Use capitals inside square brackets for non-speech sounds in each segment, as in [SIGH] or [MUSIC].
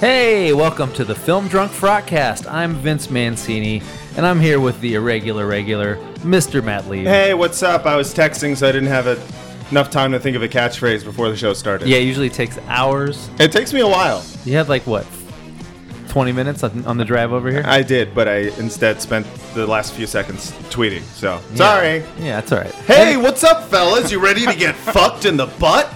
Hey, welcome to the Film Drunk Frogcast. I'm Vince Mancini, and I'm here with the irregular regular, Mr. Matt Lee. Hey, what's up? I was texting, so I didn't have a, enough time to think of a catchphrase before the show started. Yeah, it usually takes hours. It takes me a while. You had like what, 20 minutes on on the drive over here? I did, but I instead spent the last few seconds tweeting, so sorry. Yeah, that's all right. Hey, what's up, fellas? You ready to [LAUGHS] get fucked in the butt?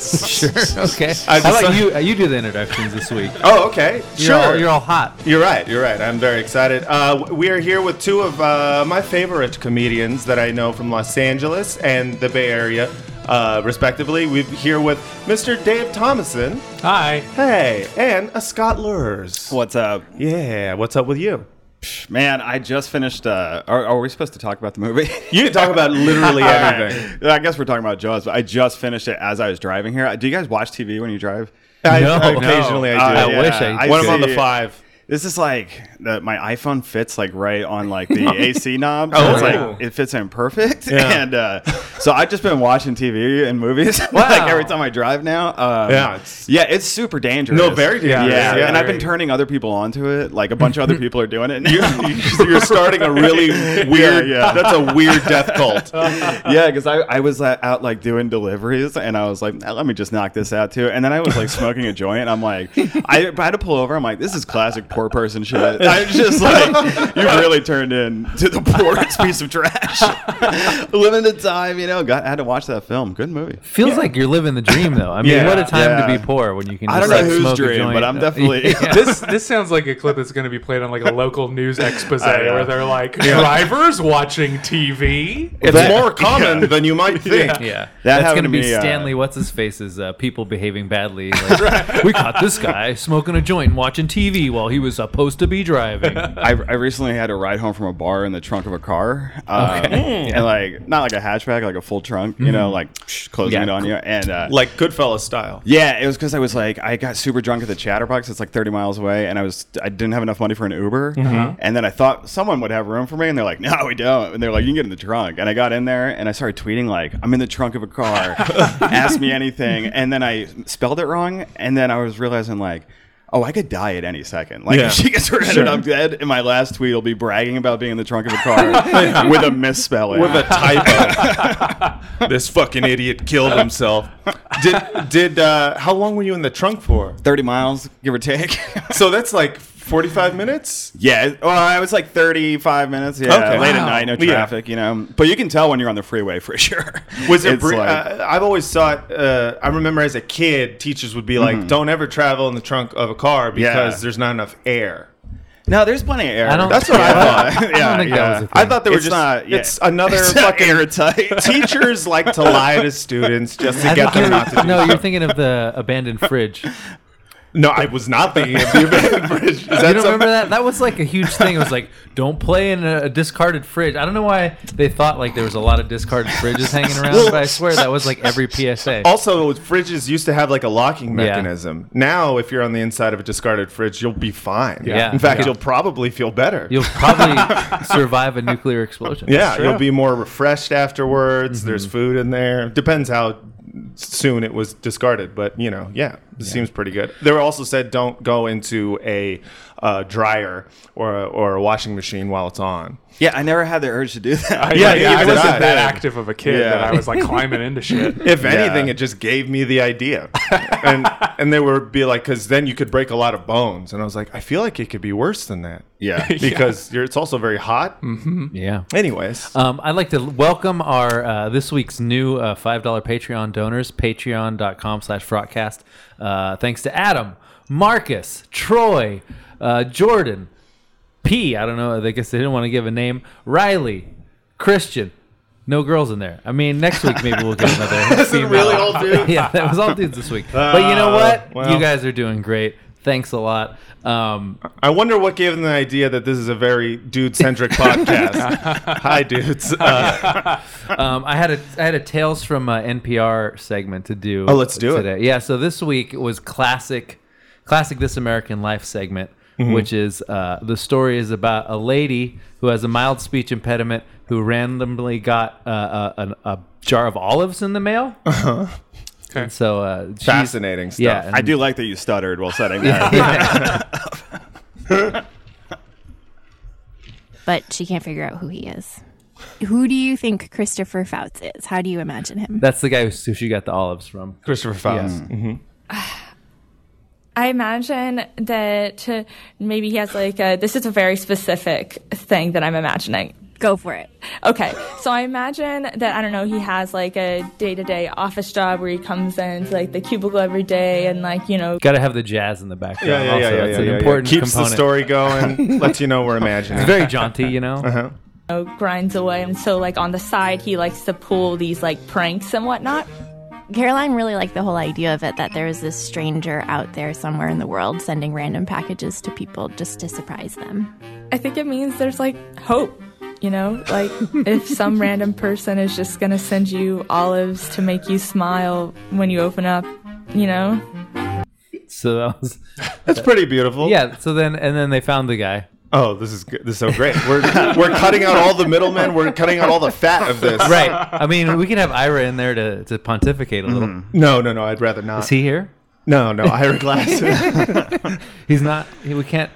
sure. [LAUGHS] [LAUGHS] Okay. I How about decided- you? uh, You do the introductions this week. Oh, okay. You're all- sure. you're all hot. You're right. You're right. I'm very excited. Uh, w- we are here with two of uh, my favorite comedians that I know from Los Angeles and the Bay Area, uh, respectively. We're here with Mr. Dave Thomason. Hi. Hey, and a Scott Lurs. What's up? Yeah, what's up with you? Man, I just finished. Uh, are, are we supposed to talk about the movie? [LAUGHS] You can talk about [LAUGHS] literally everything. I guess we're talking about Jaws, but I just finished it as I was driving here. Do you guys watch TV when you drive? I, No. occasionally I Uh, do. I wish I I When I'm see- on the five. This is like the, my iPhone fits like right on [LAUGHS] like the AC knob. So Oh, it's wow. like it fits in perfect. Yeah. [LAUGHS] And uh, so I've just been watching TV and movies [LAUGHS] Wow. like every time I drive now. Um, Yeah, it's- yeah, it's super dangerous. No, very dangerous. Yeah, Yeah, and I've very. been turning other people onto it. Like a [LAUGHS] bunch of other people are doing it. now. [LAUGHS] You're starting a really weird. Yeah, yeah. That's a weird death cult. [LAUGHS] yeah, because I, I was uh, out like doing deliveries and I was like, "Nah, let me just knock this out too. And then I was like smoking a joint. And I'm like, I, I had to pull over. I'm like, this is classic poor person shit. [LAUGHS] I'm just like, you really turned in to the poorest piece of trash. [LAUGHS] [LAUGHS] Limited time, you know. Got, I had to watch that film. Good movie. Feels like you're living the dream, though. I mean, Yeah, what a time to yeah. be poor when you can. I Just, don't know like, whose smoke a dream, joint. uh, but [LAUGHS] I'm definitely- [LAUGHS] this this sounds like a clip that's going to be played on like a local news expose I uh, know. where they're like drivers watching TV. It's That- more common than you [LAUGHS] might think. Yeah, that's happened gonna to be me, uh, Stanley. what's his face's uh, people behaving badly. Like, We caught this guy smoking a joint, and watching TV while he was supposed to be driving. I, I recently had a ride home from a bar in the trunk of a car, um, and like not like a hatchback, like a full trunk, you know, like [SNIFFS] psh, closing Mm-hmm. Yeah, it on you, and uh, Like Goodfellas style. Yeah, it was because I was like, I got super drunk at the Chatterbox. It's like 30 miles away, and I was I didn't have enough money for an Uber. Mm-hmm. And then I thought someone would have room for me, and they're like, No, we don't. And they're like, You can get in the trunk. And I got in there, and I started tweeting like, I'm in the trunk of [LAUGHS] a car. Ask me anything. And then I spelled it wrong, and then I was realizing like. Oh, I could die at any second. Like Yeah. if she gets arrested, I'm dead. And my last tweet will be bragging about being in the trunk of [LAUGHS] a car with a misspelling. With a typo. [LAUGHS] this fucking idiot killed himself. Did did uh, how long were you in the trunk for? 30 miles, give or take. [LAUGHS] So that's like forty five minutes? Yeah, it- well, I was like 35 minutes. Yeah, Okay. late Wow. at night, no Yeah. traffic, you know. But you can tell when you're on the freeway for [LAUGHS] sure. Was it? It's Br- like- uh, I've always thought. Uh, I remember as a kid, teachers would be like, "Don't ever travel in the trunk of a car because Yeah. there's not enough air." no, there's plenty of air. I don't- That's what yeah. I [LAUGHS] thought. I yeah, don't think that yeah. was a thing. I thought they were It's just. not- [LAUGHS] yeah. It's another It's not fucking airtight. [LAUGHS] Teachers like to lie to students just to I get think them you're- not to do. no, you're thinking of the abandoned fridge. No, I was not thinking of the abandoned [LAUGHS] bridge. Is that you don't remember something- that? That was like a huge thing. It was like, don't play in a, a discarded fridge. I don't know why they thought like there was a lot of discarded fridges hanging around, but I swear that was like every PSA. Also, fridges used to have like a locking Yeah. mechanism. Now, if you're on the inside of a discarded fridge, you'll be fine. Yeah. In fact, Yeah. you'll probably feel better. You'll probably survive a nuclear explosion. yeah, you'll be more refreshed afterwards. There's Mm-hmm. food in there. Depends how soon it was discarded, but you know, yeah, it seems pretty good. They were also said don't go into a uh, dryer or a, or a washing machine while it's on. Yeah, I never had the urge to do [LAUGHS] that. Yeah, Like, yeah, I I did wasn't that. that active of a kid Yeah. that I was like climbing [LAUGHS] into shit. If anything, it just gave me the idea, [LAUGHS] and and they would be like, because then you could break a lot of bones, and I was like, I feel like it could be worse than that. Yeah. [LAUGHS] because You're, it's also very hot. Mm-hmm. Yeah. Anyways, Um, I'd like to l- welcome our uh, this week's new uh, five dollar Patreon donors, patreon.com slash broadcast. Uh, thanks to Adam, Marcus, Troy, uh, Jordan, P. I don't know. I guess they didn't want to give a name. Riley, Christian. No girls in there. I mean, next week maybe we'll get [LAUGHS] another. female. really all [LAUGHS] dudes? yeah, that was all dudes this week. but you know Uh, what? well. you guys are doing great. Thanks a lot. Um, I wonder what gave them the idea that this is a very dude [LAUGHS] centric podcast. Hi, dudes. Uh, Um, I had a I had a tales from uh, NPR segment to do. Oh, let's do it. today. Yeah, so this week was classic, classic This American Life segment, Mm-hmm. which is uh, the story is about a lady who has a mild speech impediment who randomly got uh, a, a, a jar of olives in the mail. Okay. And so uh, she's- [LAUGHS] Uh-huh. Fascinating stuff. Yeah, and- I do like that you stuttered while setting that. but she can't figure out who he is. Who do you think Christopher Fouts is? How do you imagine him? That's the guy who sushi got the olives from. Christopher Faust. Mm-hmm. I imagine that uh, maybe he has like a, this is a very specific thing that I'm imagining. Go for it. Okay, so I imagine that I don't know. He has like a day-to-day office job where he comes in to like the cubicle every day and like you know. Got to have the jazz in the background. Yeah, yeah, yeah, also. yeah, it's yeah, an yeah, yeah. important Keeps component. the [LAUGHS] story going. lets you know we're imagining. It's very jaunty, you know. [LAUGHS] uh-huh. know, grinds away. And so, like, on the side, he likes to pull these, like, pranks and whatnot. Caroline really liked the whole idea of it that there was this stranger out there somewhere in the world sending random packages to people just to surprise them. I think it means there's, like, hope, you know? Like, if some random person is just gonna send you olives to make you smile when you open up, you know? So that was That's pretty beautiful. yeah. So then and then they found the guy. Oh, this is good. this is so great. We're we're cutting out all the middlemen. We're cutting out all the fat of this. [LAUGHS] Right. I mean, we could have Ira in there to, to pontificate a little. No, no, no. I'd rather not. Is he here? no, no. Ira Glass. He's not. He, we can't.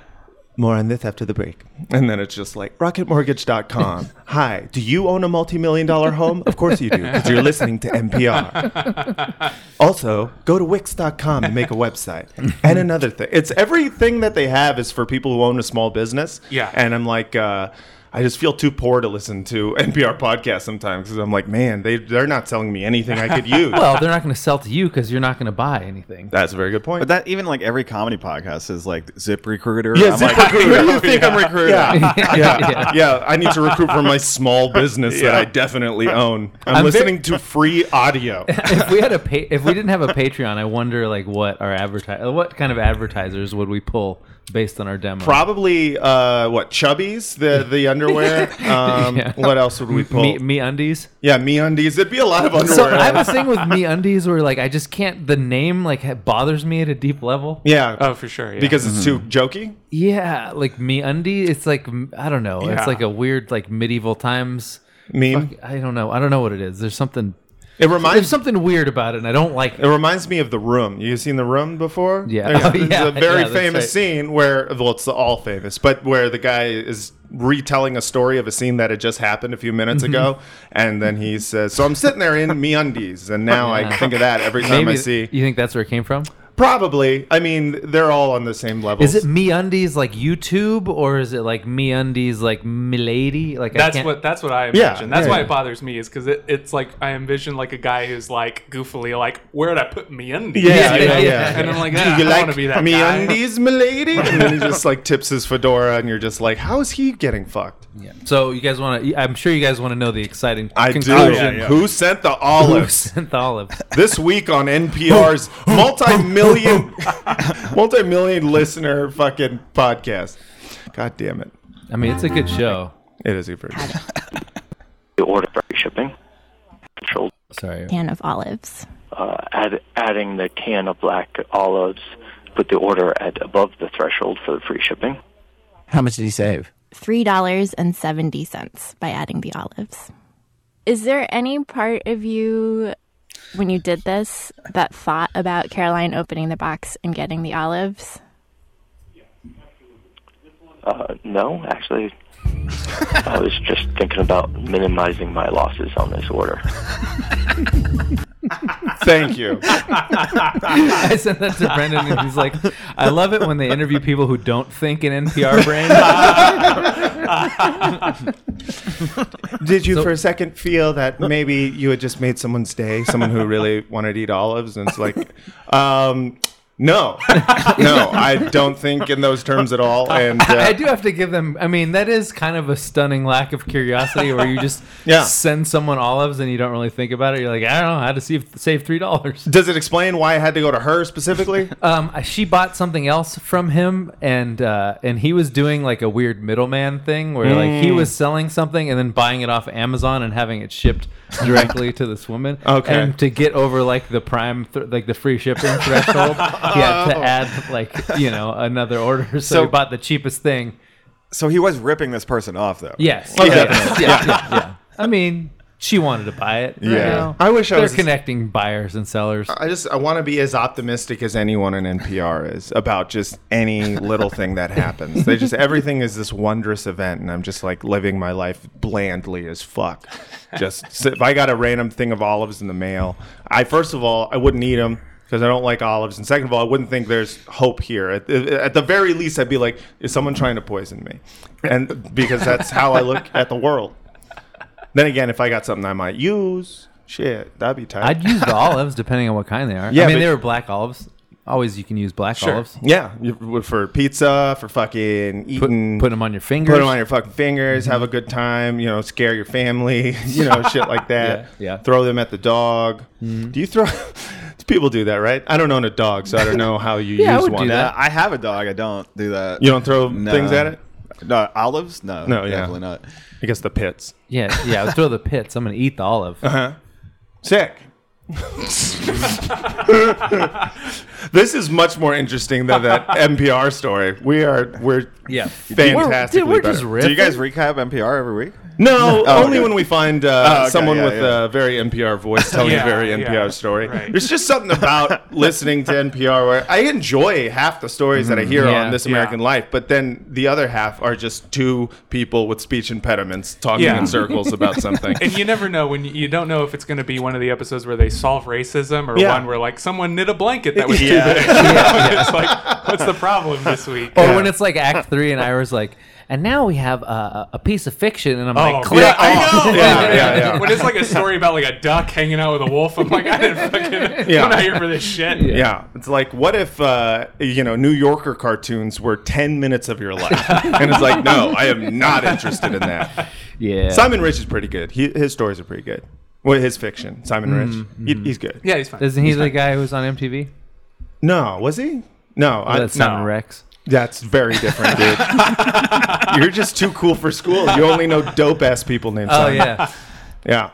More on this after the break. And then it's just like rocketmortgage.com. Hi, do you own a multi-million dollar home? Of course you do, because you're listening to NPR. Also, go to wix.com and make a website. And another thing. It's everything that they have is for people who own a small business. Yeah. And I'm like, uh, I just feel too poor to listen to [LAUGHS] NPR podcasts sometimes because I'm like, man, they, they're not selling me anything I could use. Well, they're not going to sell to you because you're not going to buy [LAUGHS] anything. [LAUGHS] That's a very good point. But that even like every comedy podcast is like Zip Recruiter. Yeah, I'm Zip like, [LAUGHS] Recruiter. Who do you think I'm recruiting? yeah. yeah. [LAUGHS] yeah, I need to recruit for my small business that I definitely own. I'm, I'm listening to free [LAUGHS] audio. if we had a pa- if we didn't have a Patreon, I wonder like what our advertise what kind of advertisers would we pull based on our demo? Probably uh, what Chubbies, the [LAUGHS] the underwear. Um, Yeah. What else would we pull? me, me undies. yeah, me undies. It'd be a lot of underwear. So I have a thing with me undies where like I just can't. The name like ha- bothers me at a deep level. yeah, Oh, for sure. Yeah. because it's too Mm-hmm. jokey. Yeah, like me undie. It's like m- I don't know. Yeah. It's like a weird like medieval times. Meme. I don't know. I don't know what it is. There's something. It There's reminds. something weird about it, and I don't like. It reminds me of the room. You seen the room before? Yeah. There's, Oh, there's yeah, a very yeah, that's famous right. scene where, well, it's all famous, but where the guy is retelling a story of a scene that had just happened a few minutes Mm-hmm. ago, and then he says, "So I'm sitting [LAUGHS] there in me undies, and now I Yeah. think of that every time Maybe I see." you think that's where it came from. Probably. I mean, they're all on the same level. Is it me undies like YouTube, or is it like me undies like Milady? Like I That's can't, what that's what I imagine. that's yeah, why yeah. it bothers me is because it, it's like I envision like a guy who's like goofily like where would I put me in? these?" Yeah, Yeah, yeah, yeah, yeah. And I'm like, Do "Ah, you I like wanna be that me guy." [LAUGHS] undies, milady? And then he just like tips his fedora, and you're just like, how is he getting fucked? Yeah. So you guys want to? I'm sure you guys want to know the exciting I conclusion. [LAUGHS] do. Who sent the Who olives? sent the olives? this week on NPR's multi-million, [LAUGHS] multi-million listener fucking podcast. God damn it! I mean, it's a good show. It is a very the order for shipping. Control, Sorry. [LAUGHS] Can of olives. uh, add, adding the can of black olives, put the order at above the threshold for the free shipping. How much did he save? $3.70 by adding the olives. Is there any part of you when you did this that thought about Caroline opening the box and getting the olives? Uh, no, actually, [LAUGHS] I was just thinking about minimizing my losses on this order. Thank you. I sent that to Brendan, and he's like, "I love it when they interview people who don't think in NPR [LAUGHS] brain." Did you for a second feel that maybe you had just made someone's day, someone who really wanted to eat olives, and it's like, um, no, no, I don't think in those terms at all. And uh, I do have to give them. I mean, that is kind of a stunning lack of curiosity, where you just [LAUGHS] Yeah. send someone olives and you don't really think about it. You're like, I don't know how to save, save three dollars. [LAUGHS] Does it explain why I had to go to her specifically? Um, she bought something else from him, and uh, and he was doing like a weird middleman thing, where like Mm. he was selling something and then buying it off Amazon and having it shipped directly to this woman. [LAUGHS] Okay. and to get over like the prime, th- like the free [LAUGHS] shipping threshold, he had Oh. to add like you know another order. [LAUGHS] So, So- he bought the cheapest thing. "Oh, So he was ripping this person off though. Yes. [LAUGHS] yeah. yes. Yeah. yeah, yeah. I mean, she wanted to buy it. Yeah. I wish I They're was Uh, connecting buyers and sellers. I just I want to be as optimistic as anyone in NPR is about just any little thing that happens. They just everything is this wondrous event, and I'm just like living my life blandly as fuck. Just [LAUGHS] so if I got a random thing of olives in the mail, I first of all I wouldn't eat them because I don't like olives, and second of all I wouldn't think there's hope here. At, at the very least, I'd be like, is someone trying to poison me? And because that's how I look at the world. Then again, if I got something I might use, shit, that'd be tight. I'd use the olives depending on what kind they are. Yeah, I mean but- they were black olives. Always you can use black olives. Yeah, you- for pizza, for fucking Put, eating, put them on Mm-hmm. your fingers. Mm. put 'em on your fucking fingers, have a good time, you know, scare your family, [LAUGHS] you know, shit [LAUGHS] like that. Yeah, Mm-hmm. yeah. Throw them at the dog. Do you throw? [LAUGHS] people do that, right? I don't own a dog, so I don't know how you [LAUGHS] Yeah, I use would one. do that. Uh, I have a dog. I don't do that. You don't throw things at it. No olives. No. No, yeah. definitely not. I guess the pits. yeah, yeah. I would throw the pits. I'm gonna eat the olive. Uh-huh. [LAUGHS] Sick. [LAUGHS] this is much more interesting than [LAUGHS] that NPR story. We are we're Yeah. fantastically Dude, we're better. just Do you riffing. guys recap NPR every week? No, only okay. when we find uh, Oh, okay, someone yeah, with yeah. a very NPR voice telling Yeah, a very yeah, NPR story. right. There's just [LAUGHS] something about listening to NPR where I enjoy half the stories that I hear Mm-hmm. Yeah, on This yeah. American Life, but then the other half are just two people with speech impediments talking Yeah. in circles [LAUGHS] about something. [LAUGHS] And you never know when you, you don't know if it's going to be one of the episodes where they solve racism or Yeah. one where like someone knit a blanket that was Yeah. too big. [LAUGHS] it's like, what's the problem this week? Or when it's like Act Three, and Ira's like, and now we have a, a piece of fiction, and I'm Oh, like, click yeah, off. I know. Yeah, yeah, yeah. When it's like a story about like a duck hanging out with a wolf, I'm like, I didn't fucking. Yeah. I'm not here for this shit. yeah. it's like what if uh, you know New Yorker cartoons were ten minutes of your [LAUGHS] life, and it's like, no, I am not interested in that. Yeah. Simon Rich is pretty good. He, his stories are pretty good. Well, his fiction, Simon Mm-hmm. Rich, he, he's good. Yeah, he's fine. Isn't he the guy who was on MTV? No, was he? No, I, That's uh, no. not Rex. That's very [LAUGHS] different, dude. You're just too cool for school. You only know dope ass people named. Oh Simon. yeah. yeah.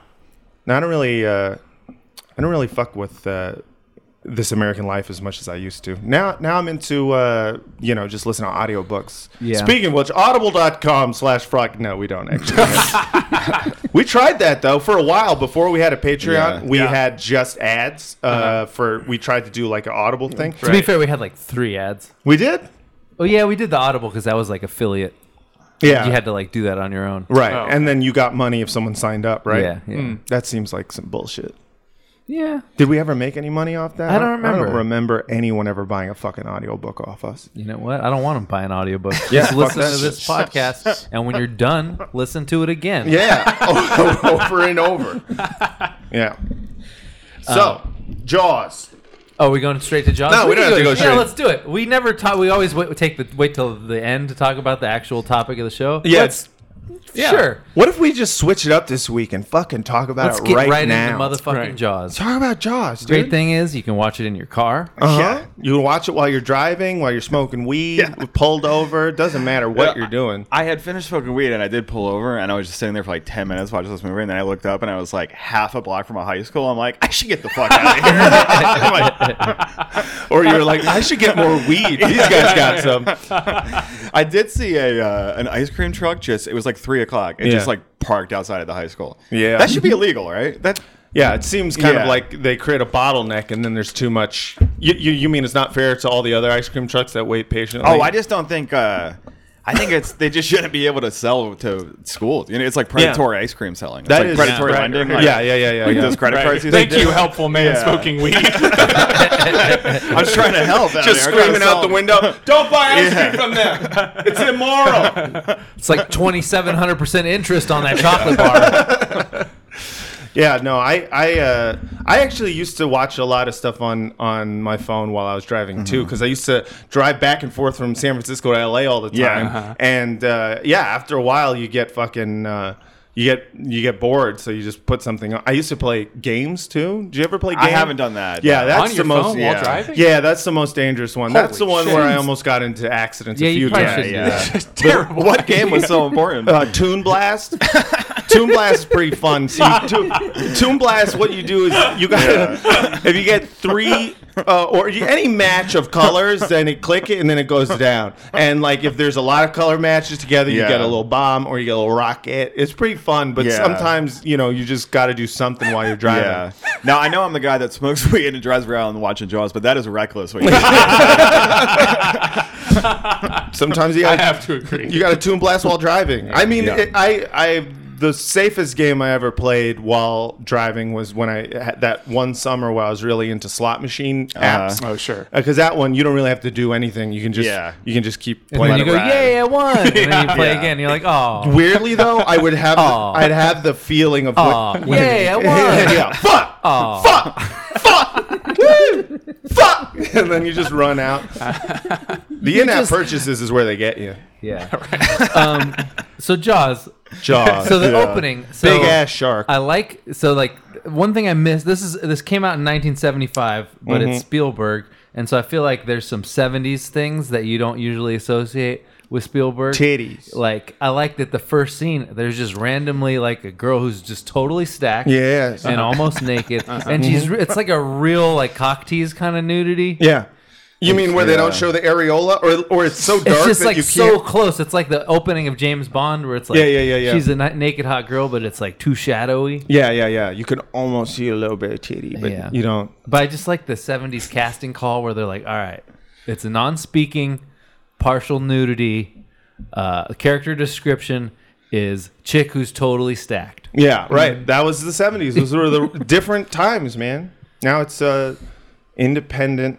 No, I don't really, uh, I don't really fuck with uh, this American Life as much as I used to. Now, now I'm into, uh, you know, just listen to audiobooks. Yeah. Speaking of which, Audible.com/slash frog. No, we don't actually. [LAUGHS] we tried that though for a while before we had a Patreon. Yeah. We Yeah. had just ads uh, for. We tried to do like an Audible thing. Uh-huh. To be fair, we had like three ads. We did. Oh yeah, we did the Audible because that was like affiliate. Yeah. You had to like do that on your own. Right. Oh. And then you got money if someone signed up, right? Hmm. Yeah. Yeah. That seems like some bullshit. yeah. Did we ever make any money off that? I don't I don't remember. remember anyone ever buying a fucking audiobook off us. You know what? I don't want to buy an audiobook. Yeah, Just fuck listen that to this podcast, and when you're done, listen to it again. Yeah. [LAUGHS] over and over. Yeah. So, Jaws. Oh, we going straight to Jaws? No, we don't can have to go straight. Yeah, let's do it. We never talk. We always wait, take the wait till the end to talk about the actual topic of the show. Yeah, Let's- Yeah. Sure. What if we just switch it up this week and fucking talk about Let's it get right, right, now? into motherfucking Right. Jaws. talk about Jaws, dude. Great thing is you can watch it in your [LAUGHS] car. Uh-huh. Yeah. You can watch it while you're driving, while you're smoking weed, pulled over. Doesn't matter what you're doing. I had finished smoking weed and I did pull over and I was just sitting there for like 10 minutes watching this movie and then I looked up and I was like half a block from a high school. I'm like, I should get the fuck out of here. [LAUGHS] or you're like, I should get more weed. These guys got [LAUGHS] some. I did see a uh, an ice cream truck just, it was like 3 o'clock. It Yeah. just like parked outside of the high school. Yeah. That should be illegal, right? That Yeah, it seems kind of Yeah. like they create a bottleneck, and then there's too much. You, you, you mean it's not fair to all the other ice cream trucks that wait patiently? Oh, I just don't think. Uh, I think it's they just shouldn't be able to sell to schools. You know, it's like predatory ice cream selling. It's That like is- predatory yeah, lending. right, like- yeah, yeah, yeah, yeah, Like yeah. those credit Right. cards. Thank they you, did. helpful man Yeah. smoking weed. I'm [LAUGHS] trying to [LAUGHS] help. out there. I'm trying just to screaming out sell- the window. [LAUGHS] Don't buy ice cream from them. It's immoral. It's like twenty seven hundred percent interest on that chocolate [LAUGHS] bar. Yeah, no, I I uh, I actually used to watch a lot of stuff on on my phone while I was driving too, because I used to drive back and forth from San Francisco to LA all the time. Yeah. and uh, yeah, after a while, you get fucking. Uh, you get you get bored, so you just put something. on. I used to play games too. Did you ever play? games? I haven't done that. Yeah, that's On the your most. phone yeah. while driving? Yeah, that's the most dangerous one. that's the one where I almost got into accidents Yeah, a you few probably times. shouldn't do that. It's terrible. [LAUGHS] What game was [LAUGHS] so important? Uh, Toon Blast. Toon Blast is pretty [LAUGHS] fun. See, Toon, Toon Blast, what you do is you got to if you get three uh, or y- any match of colors, then it click it and then it goes down. And like if there's a lot of color matches together, you Yeah. get a little bomb or you get a little rocket. It's pretty fun, but Yeah. sometimes you know you just got to do something while you're driving. Yeah. Now I know I'm the guy that smokes [LAUGHS] weed and drives around and watching Jaws, but that is reckless. [LAUGHS] What you Sometimes you [LAUGHS] I gotta, have to agree. You got to tune blast while driving. I mean, Yeah. it, I I the safest game I ever played while driving was when I had that one summer where I was really into slot machine Uh-huh. apps. Oh, sure. Because that one you don't really have to do anything. You can just Yeah. you can just keep And then playing. you go, ride. yay, I won. And then [LAUGHS] you play Yeah. again. You're like, oh, Weirdly though, I would have the, Aw. I'd have the feeling of [LAUGHS] Aw, yay, I won. yeah, fuck, Aw. fuck, fuck, woo, fuck, [LAUGHS] and then you just [LAUGHS] run out. The in-app just- purchases is where they get you. [LAUGHS] yeah. um, so Jaws. Jaws. So the Yeah. opening. So Big ass shark. I like so like one thing I missed. This is this came out in 1975, but Mm-hmm. it's Spielberg, and so I feel like there's some 70s things that you don't usually associate with Spielberg. Titties. Like I like that the first scene there's just randomly like a girl who's just totally stacked. Yes. Uh-huh. Mm-hmm. And almost [LAUGHS] naked, and she's re- it's like a real like cock tease kind of nudity. Yeah. You mean where they don't Yeah. show the areola, or or it's so dark It's just that like you so can't? close. It's like the opening of James Bond, where it's like, Yeah, yeah, yeah, yeah. She's a na- naked hot girl, but it's like too shadowy. Yeah, yeah, yeah. You can almost see a little bit of titty, but Yeah. you don't. But I just like the '70s casting call where they're like, "All right, it's a non-speaking, partial nudity. Uh, the character description is chick who's totally stacked." Yeah, right. That was the seventies. Those were the different times, man. Now it's a independently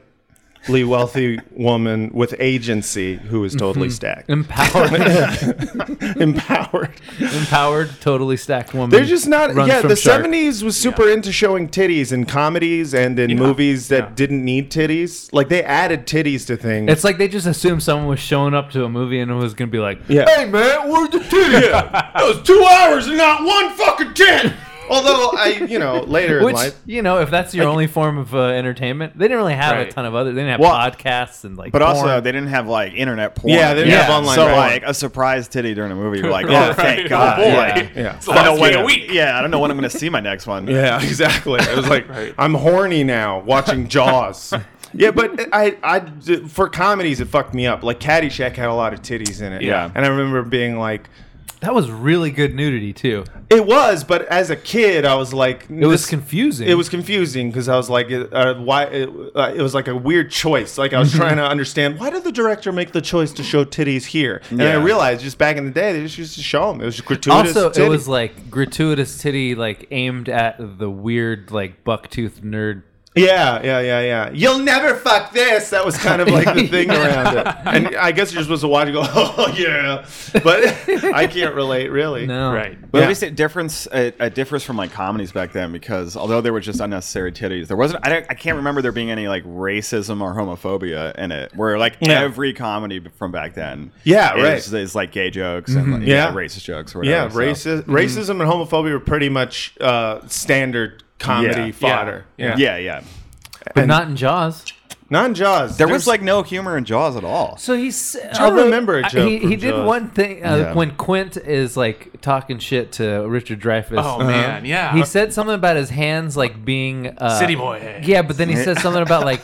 wealthy woman with agency who is totally Mm-hmm. stacked, Empowered, [LAUGHS] empowered. empowered, totally stacked woman. They're just not. runs Yeah, from the shark. seventies was super into showing titties in comedies and in movies that didn't need titties. Like they added titties to things. It's like they just assumed someone was showing up to a movie and was going to be like, Yeah. "Hey man, where's the titty?" at?" That was two hours and not one fucking tit. Although I, you know, later in Which life. you know, if that's your only form of uh, entertainment, they didn't really have a Right. ton of other. They didn't have Well, podcasts and like. But also, porn. they didn't have like internet porn. Yeah, they didn't have online So porn. like a surprise titty during a movie, you're [LAUGHS] like, oh, Yeah. thank Right. God. Oh, boy. Yeah. Yeah. It's the last day of the week. Yeah, I don't know when I'm going to see my next one. Yeah, [LAUGHS] exactly. It was [LAUGHS] like Right. I'm horny now watching Jaws. yeah, but I, I, for comedies, it fucked me up. Like Caddyshack had a lot of titties in it. Yeah. and I remember being like, that was really good nudity too. it was. But as a kid, I was like, It was confusing. It was confusing because I was like, uh, why? It, uh, it was like a weird choice. Like I was trying to understand why did the director make the choice to show titties here? And I Yeah. realized just back in the day, they just used to show them. It was just gratuitous. also titty. it was like gratuitous titty like aimed at the weird like bucktooth nerd yeah, yeah, yeah, yeah. You'll never fuck this. That was kind of like the thing around it. And I guess you're supposed to watch and go, [LAUGHS] oh yeah, but I can't relate really. no Right. But Yeah. at least it difference it, it differs from like comedies back then because although there were just unnecessary titties, there wasn't. I, don't, I can't remember there being any like racism or homophobia in it. Where like Yeah. every comedy from back then, Yeah, is, right. Mm-hmm. is like gay jokes and like, Yeah. yeah. racist jokes. Or Yeah, whatever, so. raci- racism and homophobia were pretty much uh, standard comedy Yeah. fodder. Yeah. Yeah, yeah. but not in jaws non Jaws. There was like no humor in Jaws at all. so he's uh, don't remember a joke he, from he did Jaws. one thing uh, Yeah. when quint is like talking shit to richard dreyfuss Oh, man. Yeah. he said something about his hands like being uh, City boy. yeah but then he says something about like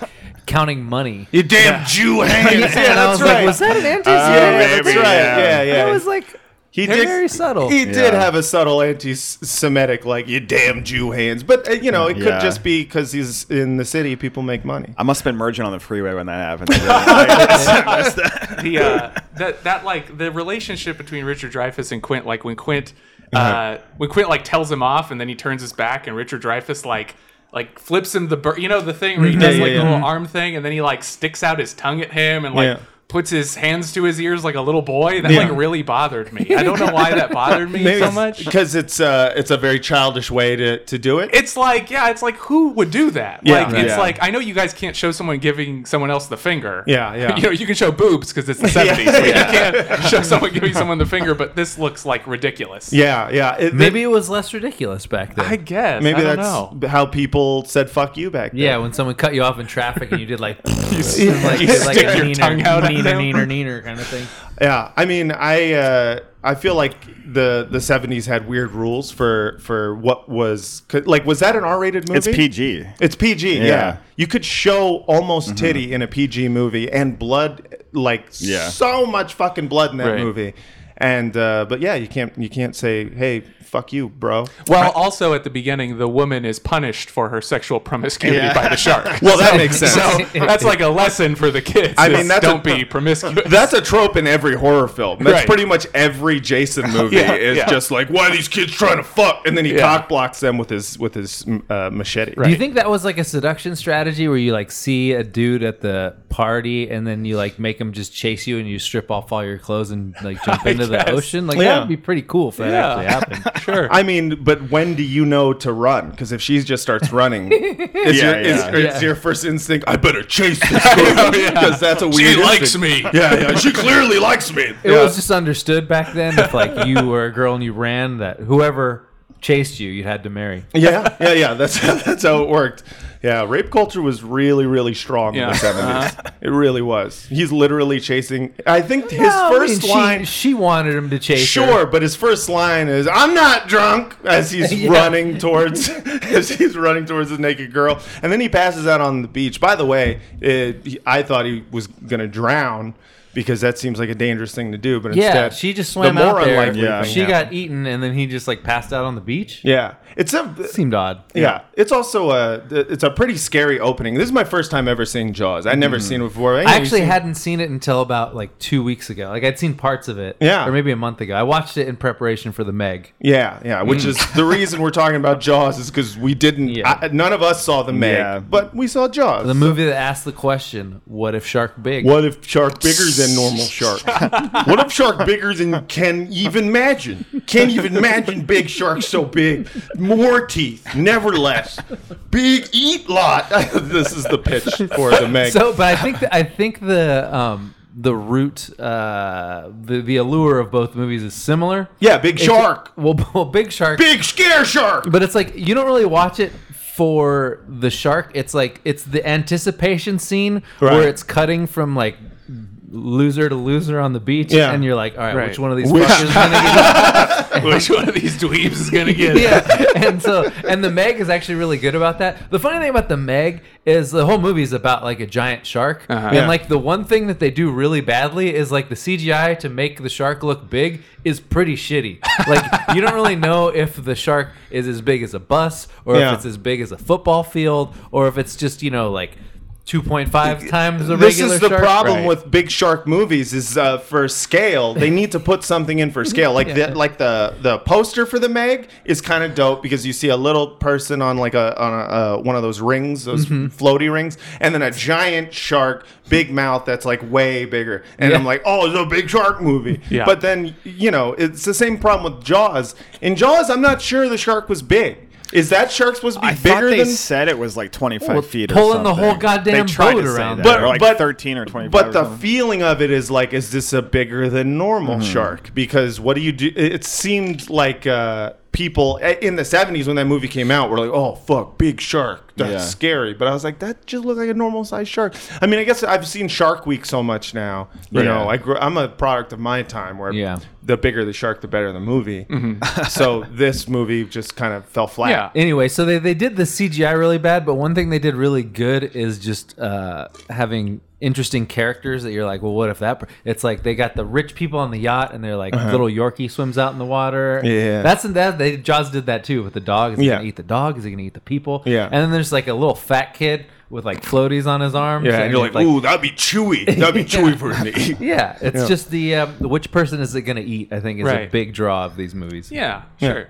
counting money You damn [LAUGHS] Jew hands. [LAUGHS] And I was like, was that an Uh, anti yeah, that's maybe, right. yeah. Yeah, yeah. it was like he they're very subtle. He did Yeah. have a subtle anti-Semitic, like you damn Jew hands. But uh, you know, it could Yeah. just be because he's in the city. People make money. I must have been merging on the freeway when that [LAUGHS] happened. I missed that. the uh, that that like the relationship between Richard Dreyfuss and Quint, like when Quint Uh-huh. uh, when Quint like tells him off and then he turns his back and Richard Dreyfuss like like flips him the bur- you know the thing where he does Mm-hmm. yeah, like yeah. the little arm thing and then he like sticks out his tongue at him and like Yeah. puts his hands to his ears like a little boy. That like really bothered me. I don't know why that bothered [LAUGHS] me so much. because it's uh, it's a very childish way to, to do it. It's like, yeah, it's like who would do that? Yeah. like it's Yeah. like I know you guys can't show someone giving someone else the finger. [LAUGHS] Yeah, yeah. You know, you can show boobs because [LAUGHS] it's the seventies. but You can't show someone giving someone the finger, but this looks like ridiculous. yeah, yeah. It- Maybe it was less ridiculous back then. I guess. maybe I don't that's know. how people said "fuck you" back then. Yeah, when someone cut you off in traffic and you did [LAUGHS] like, [LAUGHS] You s- like, you did like stick a your neener, tongue out at neener, them. neener, neener kind of thing. Yeah, I mean, I uh, I feel like the the seventies had weird rules for for what was could- like was that an R rated movie? It's PG. It's PG. Yeah. Mm-hmm. Yeah. you could show almost titty in a PG movie and blood, like Yeah. so much fucking blood in that Right. movie. And uh, but yeah, you can't you can't say hey fuck you bro. Well, also at the beginning, the woman is punished for her sexual promiscuity by [LAUGHS] the shark. Well, that makes sense. [LAUGHS] So that's like a lesson for the kids. I I mean, mean, that's a- [LAUGHS] don't be promiscuous. That's a trope in every horror film. That's Right. pretty much every [LAUGHS] Jason movie Yeah, is yeah. just like, why are these kids trying to fuck? And then he Yeah. cock blocks them with his with his uh, machete. Do you think that was like a seduction strategy where you like see a dude at the party and then you like make him just chase you and you strip off all your clothes and like [LAUGHS] jump into the guess. ocean? Like Yeah. that would be pretty cool if that Yeah. actually happened. [LAUGHS] sure. I mean, but when do you know to run? Because if she just starts running, is, Yeah, your, is- yeah. is Yeah. your first instinct, I better chase this girl because that's a weird She likes instinct. me. Yeah, yeah, she clearly likes me. It was just understood back then if like [LAUGHS] you were a girl and you ran that whoever chased you you had to marry. Yeah, yeah, yeah. That's [LAUGHS] that's how it worked. Yeah, rape culture was really, really strong in Yeah. the 70s It really was. He's literally chasing. I think his No, I mean, first she- line. she, wanted him to chase. her. Sure, but his first line is "I'm not drunk" [LAUGHS] as he's Yeah. running towards [LAUGHS] as he's running towards the naked girl, and then he passes out on the beach. By the way, it, he- I thought he was gonna drown because that seems like a dangerous thing to do, but Yeah, instead she just swam out there. unlikely Yeah. thing She happened. got eaten and then he just like passed out on the beach. yeah. It's a Seemed odd. yeah, it's also a it's a pretty scary opening. This is my first time ever seeing Jaws. I'd never seen it before. Mm-hmm. I actually seen- hadn't seen it until about like two weeks ago. Like I'd seen parts of it, Yeah. or maybe a month ago. I watched it in preparation for the Meg. Yeah, yeah. Which is the reason we're talking about Jaws is because we didn't. Mm. [LAUGHS] Yeah. I, none of us saw the Meg, Yeah. but we saw Jaws. The movie that asked the question, "What if Shark Big?" What if shark bigger than normal shark? what if shark bigger than can even imagine? Can't even imagine big shark so big. More teeth, never less. Big eat lot. [LAUGHS] this is the pitch for the Meg. So, but I think the, I think the um, the root uh, the the allure of both movies is similar. yeah, big It's- shark. Well, [LAUGHS] well, Big Shark. Big scare shark. But it's like you don't really watch it for the shark. It's like it's the anticipation scene Right. where it's cutting from like loser to loser on the beach, Yeah. and you're like, all right, Right. which one of these Which- fuckers is gonna [LAUGHS] get? [LAUGHS] Which one of these dweebs is gonna [LAUGHS] get? it? yeah, [LAUGHS] and so and the Meg is actually really good about that. The funny thing about the Meg is the whole movie is about like a giant shark, and Yeah. like the one thing that they do really badly is like the CGI to make the shark look big is pretty shitty. Like you don't really know if the shark is as big as a bus, or Yeah. if it's as big as a football field, or if it's just you know like. 2.5 times the regular this is the shark. problem Right. with big shark movies is uh, for scale they need to put something in for scale like the like the the poster for the meg is kind of dope because you see a little person on like a on a, uh, one of those rings those floaty rings and then a giant shark big mouth that's like way bigger and i'm like oh it's a big shark movie Yeah. but then you know it's the same problem with jaws in jaws i'm not sure the shark was big is that shark's supposed to be I thought bigger they than said it was like 25 Well, feet. pulling or the something. whole goddamn they tried boat to say around. that, But- or like but- 13 or 25. But or the something. Mm-hmm. feeling of it is like, is this a bigger than normal shark? Because what do you do? It seemed like uh, people i- in the 70s when that movie came out were like, oh, fuck, big shark. That's Yeah. scary. But I was like, that just looked like a normal sized shark. I mean, I guess I've seen Shark Week so much now. You Yeah. know, I grew, I'm a product of my time where Yeah. the bigger the shark, the better the movie. Mm-hmm. [LAUGHS] so this movie just kind of fell flat. Yeah. Anyway, so they, they did the CGI really bad, but one thing they did really good is just uh, having interesting characters that you're like, well, what if that? per-" It's like they got the rich people on the yacht, and they're like little Yorkie swims out in the water. Uh-huh. Yeah. that's that. They Jaws did that too with the dog. Is he Yeah. gonna eat the dog? Is he gonna eat the people? Yeah. and then there's like a little fat kid with like floaties on his arms. Yeah, and you're like, ooh, that'd be chewy. That'd be chewy for me. [LAUGHS] Yeah, it's just the um, which person is it going to eat? I think is a Right. big draw of these movies. Yeah, sure.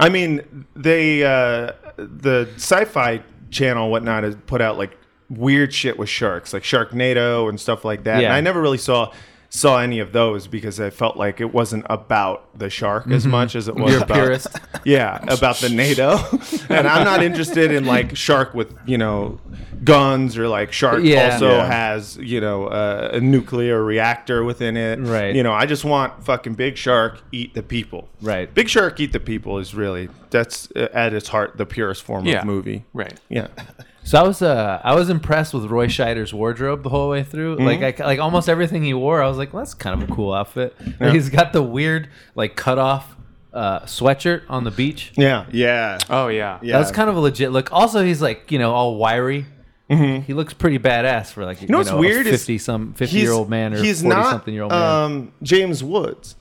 I mean, they uh, the Sci-Fi Channel and whatnot has put out like weird shit with sharks, like Sharknado and stuff like that. And Yeah. I never really saw saw any of those because I felt like it wasn't about the shark as much as it was Mm-hmm. You're a about purist. [LAUGHS] yeah about the NATO. [LAUGHS] and I'm not interested in like shark with you know guns or like shark Yeah. also Yeah. has you know uh, a nuclear reactor within it. Right. You know, I just want fucking Big Shark eat the people. Right. Big Shark Eat the People is really that's uh, at its heart the purest form Yeah. of movie. Right. Yeah. [LAUGHS] So I was uh I was impressed with Roy Scheider's wardrobe the whole way Mm-hmm. through. Like I, like almost everything he wore, I was like, well, that's kind of a cool outfit. Like, He's got the weird like cut off uh, sweatshirt on the beach. Yeah. Yeah. Oh yeah. Yeah. Uh, That's kind of a legit look. Also, he's like you know all wiry. He looks pretty badass for like you Mm-hmm. know what's weird a is fifty some fifty year old man or he's forty not, something year old man. Um, James Woods.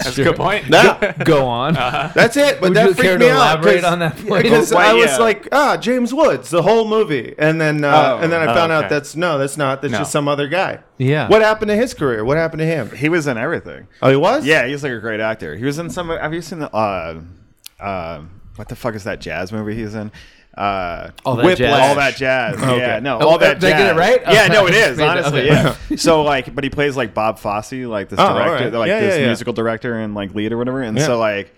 That's a good point. [LAUGHS] Uh-huh. Go on. That's it. But Would that you care freaked to me out. elaborate 'cause- on [LAUGHS] that point? Because Well, I was yeah. like, ah, James Woods, the whole movie, and then uh, Oh. and then I Oh, found okay. out that's no, that's not. That's No. just some other guy. Yeah. What happened to his career? What happened to him? Um, He was in everything. Uh, Oh, he was. Yeah, he's like a great actor. He was in some. Have you seen the? Uh, uh, what the fuck is that jazz movie he's in? Uh, All that Whiplash. jazz. All that jazz. Yeah, no, Oh, all that. did I jazz. get it right? Yeah, Oh, no, it I just is made it- honestly. okay. Yeah. so like, but he plays like Bob Fosse, like this Oh, all director, right. like Yeah, this yeah, yeah. musical director and like lead or whatever. And so like,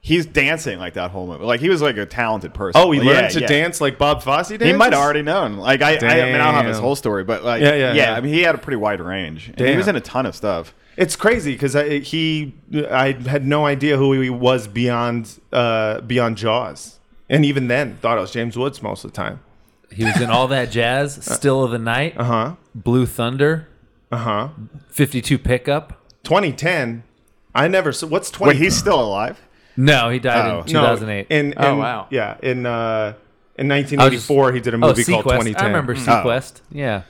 he's dancing like that whole movie. Like he was like a talented person. Oh, he Yeah, learned to yeah. dance like Bob Fosse dances. He might have already known. Like I, I, I mean, I'll have his Damn. whole story, but like, Yeah, yeah, yeah. I mean, he had a pretty wide range. And he Damn. was in a ton of stuff. It's crazy because he, I had no idea who he was beyond uh, beyond Jaws, and even then thought it was James Woods most of the time. He was in all that jazz, Uh-huh. Still of the Night, Uh huh. Blue Thunder, Uh huh. 52 Pickup. 2010. I never. So what's 20? Wait, he's still alive? No, he died Oh. in 2008. No, in, in, Oh, wow. Yeah, in uh, in I was just- 1984, he did a movie oh, called Oh, Sequest. 2010. I remember Sequest. Yeah.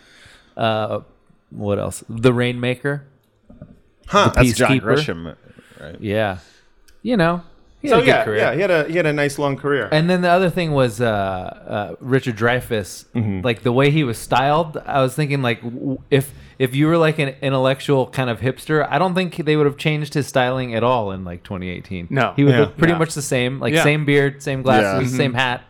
Uh, what else? The Rainmaker. Huh? That's John Peacekeeper. Grisham. Yeah. You know, he had So a good yeah, career. yeah, he had a he had a nice long career. And then the other thing was uh, uh, Richard Dreyfuss, Mm-hmm. like the way he was styled. I was thinking like w- if if you were like an intellectual kind of hipster, I don't think they would have changed his styling at all in like 2018. No. he would Yeah. Mm-hmm. look pretty Yeah. much the same, like Yeah. same beard, same glasses, Yeah. same hat,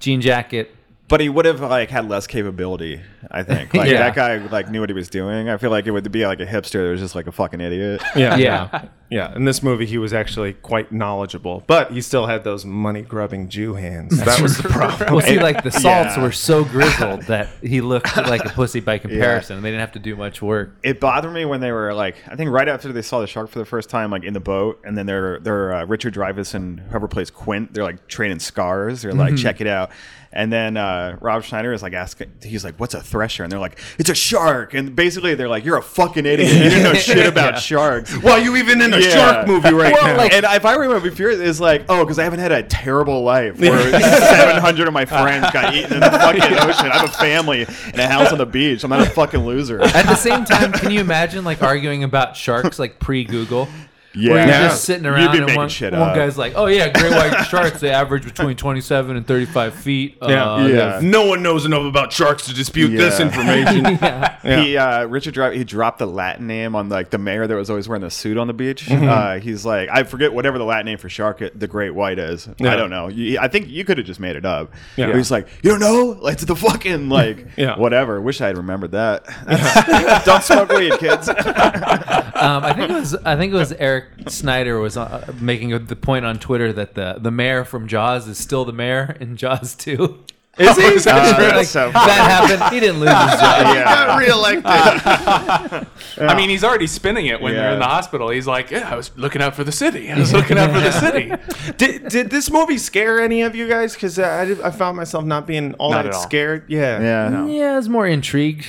jean jacket. But he would have like had less capability, I think. Like [LAUGHS] Yeah. that guy like knew what he was doing. I feel like it would be like a hipster that was just like a fucking idiot. yeah, Yeah, yeah. In this movie, he was actually quite knowledgeable, but he still had those money grubbing Jew hands. That was the problem. well, see, like the salts Yeah. were so [LAUGHS] grizzled that he looked like a pussy by comparison, and they didn't have to do much work. It bothered me when they were like, I think right after they saw the shark for the first time, like in the boat, and then they're they're uh, Richard Dreyfuss and whoever plays Quint, they're like trading scars. They're Mm-hmm. like, check it out. And then uh, Rob Schneider is like asking, he's like, "What's a thresher?" And they're like, "It's a shark." And basically, they're like, "You're a fucking idiot. You [LAUGHS] didn't know shit about sharks." Why are you even in a Yeah. shark movie right Well, now? like- and if I remember Furious, it's like, oh, because I haven't had a terrible life where [LAUGHS] 700 of my friends got eaten in the fucking ocean. I have a family and a house on the beach. I'm not a fucking loser. At the same time, can you imagine like arguing about sharks like pre Google? Yeah. Where you're Yeah. just sitting You'd be around and making one, shit one up. guy's like, "Oh yeah, great white sharks. They average between 27 and 35 feet." Uh, Yeah. they're- Yeah. no one knows enough about sharks to dispute this Yeah. information. He uh, Richard Drive he dropped the Latin name on like the mayor that was always wearing the suit on the beach. Mm-hmm. Uh, he's like I forget whatever the Latin name for shark the great white is. I Yeah. don't know. You, I think you could have just made it up. Yeah. But He's like you don't know. Like, It's the [LAUGHS] fucking like Yeah. whatever. Wish I had [LAUGHS] remembered that. don't smoke weed, kids. Um, I think it was I think it was Eric Snyder was uh, making the point on Twitter that the the mayor from Jaws is still the mayor in Jaws 2. Is he? [LAUGHS] Uh, Like, that's so- that happened. He didn't lose [LAUGHS] his job. He got reelected. I mean, he's already spinning it when they're in Yeah. the hospital. He's like, yeah, I was looking out for the city. I was looking out for the city. did, did this movie scare any of you guys? Because I, I found myself not being all Not that at all. scared. Yeah. yeah. Yeah, I was more intrigued.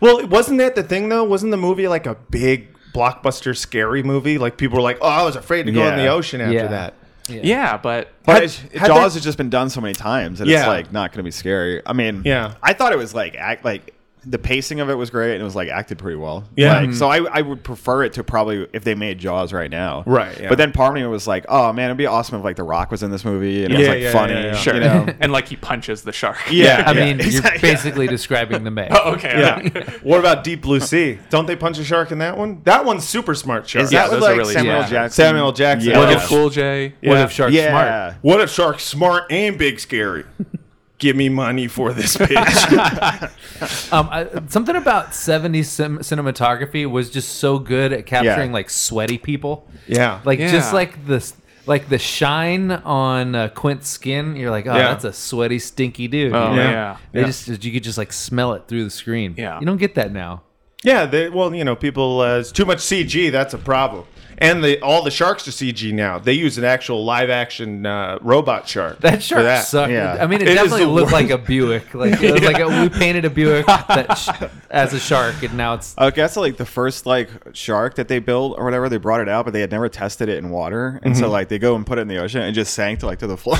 Well, wasn't that the thing though? Wasn't the movie like a big blockbuster scary movie? Like people were like, "Oh, I was afraid to go in the Yeah. ocean after Yeah. [LAUGHS] that." Yeah, but But Had- it's, had Jaws they- has just been done so many times that it's Yeah. like not going to be scary. I mean, Yeah. I thought it was like act like the pacing of it was great and it was like acted pretty well. Yeah. Mm-hmm. Like, so I, I would prefer it to probably if they made Jaws right now. Right, yeah. But then part of me was like, oh man, it'd be awesome if like The Rock was in this movie and it was Yeah, like yeah, funny. yeah, yeah. sure. [LAUGHS] You know? and like he punches the shark. yeah. I yeah. mean, you're [LAUGHS] Exactly. basically describing the mayor. Oh, [LAUGHS] okay. Yeah. what about Deep Blue Sea? Don't they punch a shark in that one? That one's super smart shark. Is that That was with, those are like really- Samuel yeah. Jackson? Samuel Jackson. Yeah. What What if Cool J? What if sharks yeah. smart? What if shark's smart and big scary? Give me money for this bitch. [LAUGHS] Um, I, something about 70s cin- cinematography was just so good at capturing Yeah. like sweaty people. yeah. Like just Yeah. like this like the shine on uh, Quint's skin, you're like, "Oh, Yeah. that's a sweaty stinky dude." Oh, you know? yeah. Yeah. They just you could just like smell it through the screen. Yeah. You don't get that now. yeah. They, well, you know, people. Uh, it's too much CG. That's a problem. and the all the sharks are CG now. They use an actual live action uh, robot shark. That for shark sucked. yeah. I mean, it, It is definitely the looked like worst. a Buick. Like it was like a, we painted a Buick that sh- as a shark, and now it's I guess like the first like shark that they built or whatever, they brought it out, but they had never tested it in water, and so like they go and put it in the ocean and it just sank to like to the floor.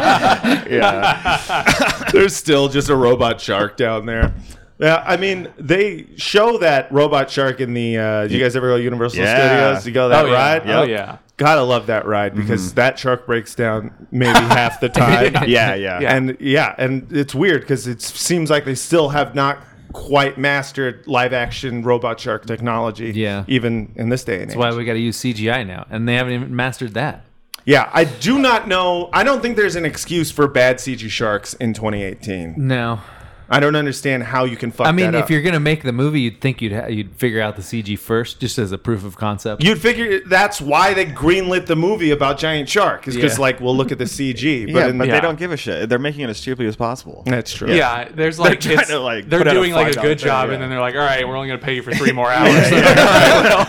yeah, [LAUGHS] There's still just a robot shark down there. Yeah, I mean, they show that robot shark in the. Uh, you guys ever go to Universal Yeah. Studios? You go that Oh, yeah. ride? Oh, yeah. Gotta love that ride Mm-hmm. because that shark breaks down [LAUGHS] maybe half the time. yeah, yeah. And yeah, and it's weird because it seems like they still have not quite mastered live action robot shark technology. Yeah. Even in this day and age. why we got to use CGI now, and they haven't even mastered that. yeah, I do not know. I don't think there's an excuse for bad CG sharks in 2018. No, I don't understand how you can fuck I mean, that if up. you're gonna make the movie, you'd think you'd ha- you'd figure out the CG first, just as a proof of concept. You'd figure that's why they greenlit the movie about giant shark is because Yeah. like we'll look at the CG, but, yeah, in but the, they don't give a shit. They're making it as cheaply as possible. that's true. Yeah, there's like trying it's- to, like, they're put out a doing like a $5 good thing, job, yeah. and then they're like, all right, we're only going to pay you for three more hours. [LAUGHS] All right,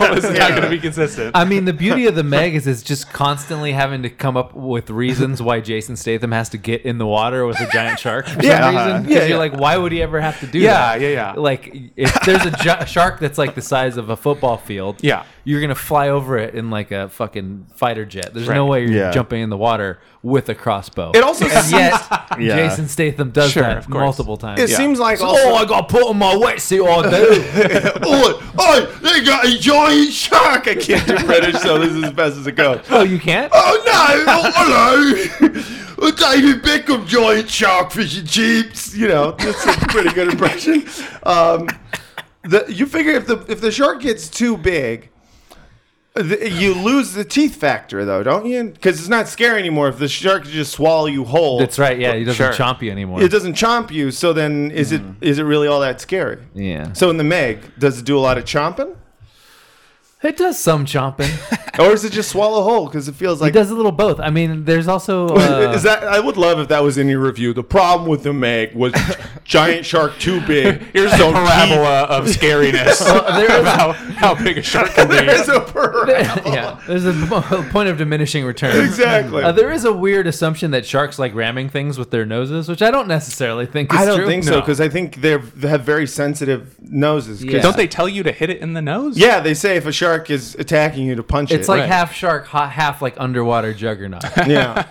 well, this is not going to be [LAUGHS] consistent. I mean, the beauty of the Meg is it's just constantly having to come up with reasons why Jason Statham has to get in the water with a giant shark for Yeah, some uh-huh. reason. 'Cause Yeah, you're yeah. like, why would he ever have to do Yeah, that? yeah, yeah. Like, if there's a gi- shark that's like the size of a football field, Yeah. you're gonna fly over it in like a fucking fighter jet. There's no Right. way you're Yeah. jumping in the water with a crossbow. It also and seems- [LAUGHS] yet Yeah. Jason Statham does Sure, that of course. multiple times. It seems like also, oh, I got put on my wetsuit. I do. [LAUGHS] oh, oh, they got a giant shark. I can't do British, so this is as best as it goes. [LAUGHS] oh, you [LAUGHS] can't. Oh no! Oh, hello! Oh, David Beckham, giant shark fishing chips. You know, that's a pretty good impression. Um, the, you figure if the if the shark gets too big, the, you lose the teeth factor, though, don't you? Because it's not scary anymore if the shark can just swallow you whole. That's right. Yeah, he doesn't Sure. chomp you anymore. It doesn't chomp you, so then is it is it really all that scary? Mm. Yeah. So in the Meg, does it do a lot of chomping, It does some [LAUGHS] chomping. or is it just swallow whole? Because it feels like It does a little both. I mean, there's also [LAUGHS] uh, is that I would love if that was in your review. The problem with the Meg [LAUGHS] was giant shark too big. Here's so the [LAUGHS] parabola of scariness there is- [LAUGHS] about how big a shark [LAUGHS] can cheap- There's be. a [LAUGHS] parabola. yeah, there's a p- point of diminishing return. Exactly. Uh, there is a weird assumption that sharks like ramming things with their noses, which I don't necessarily think is I don't true. think so No. because I think they're, they have very sensitive noses. 'cause- Yeah. Don't they tell you to hit it in the nose? Yeah, they say if a shark is attacking you to punch It's it. like Right. half shark, ha- half like underwater [LAUGHS] juggernaut. [LAUGHS] yeah,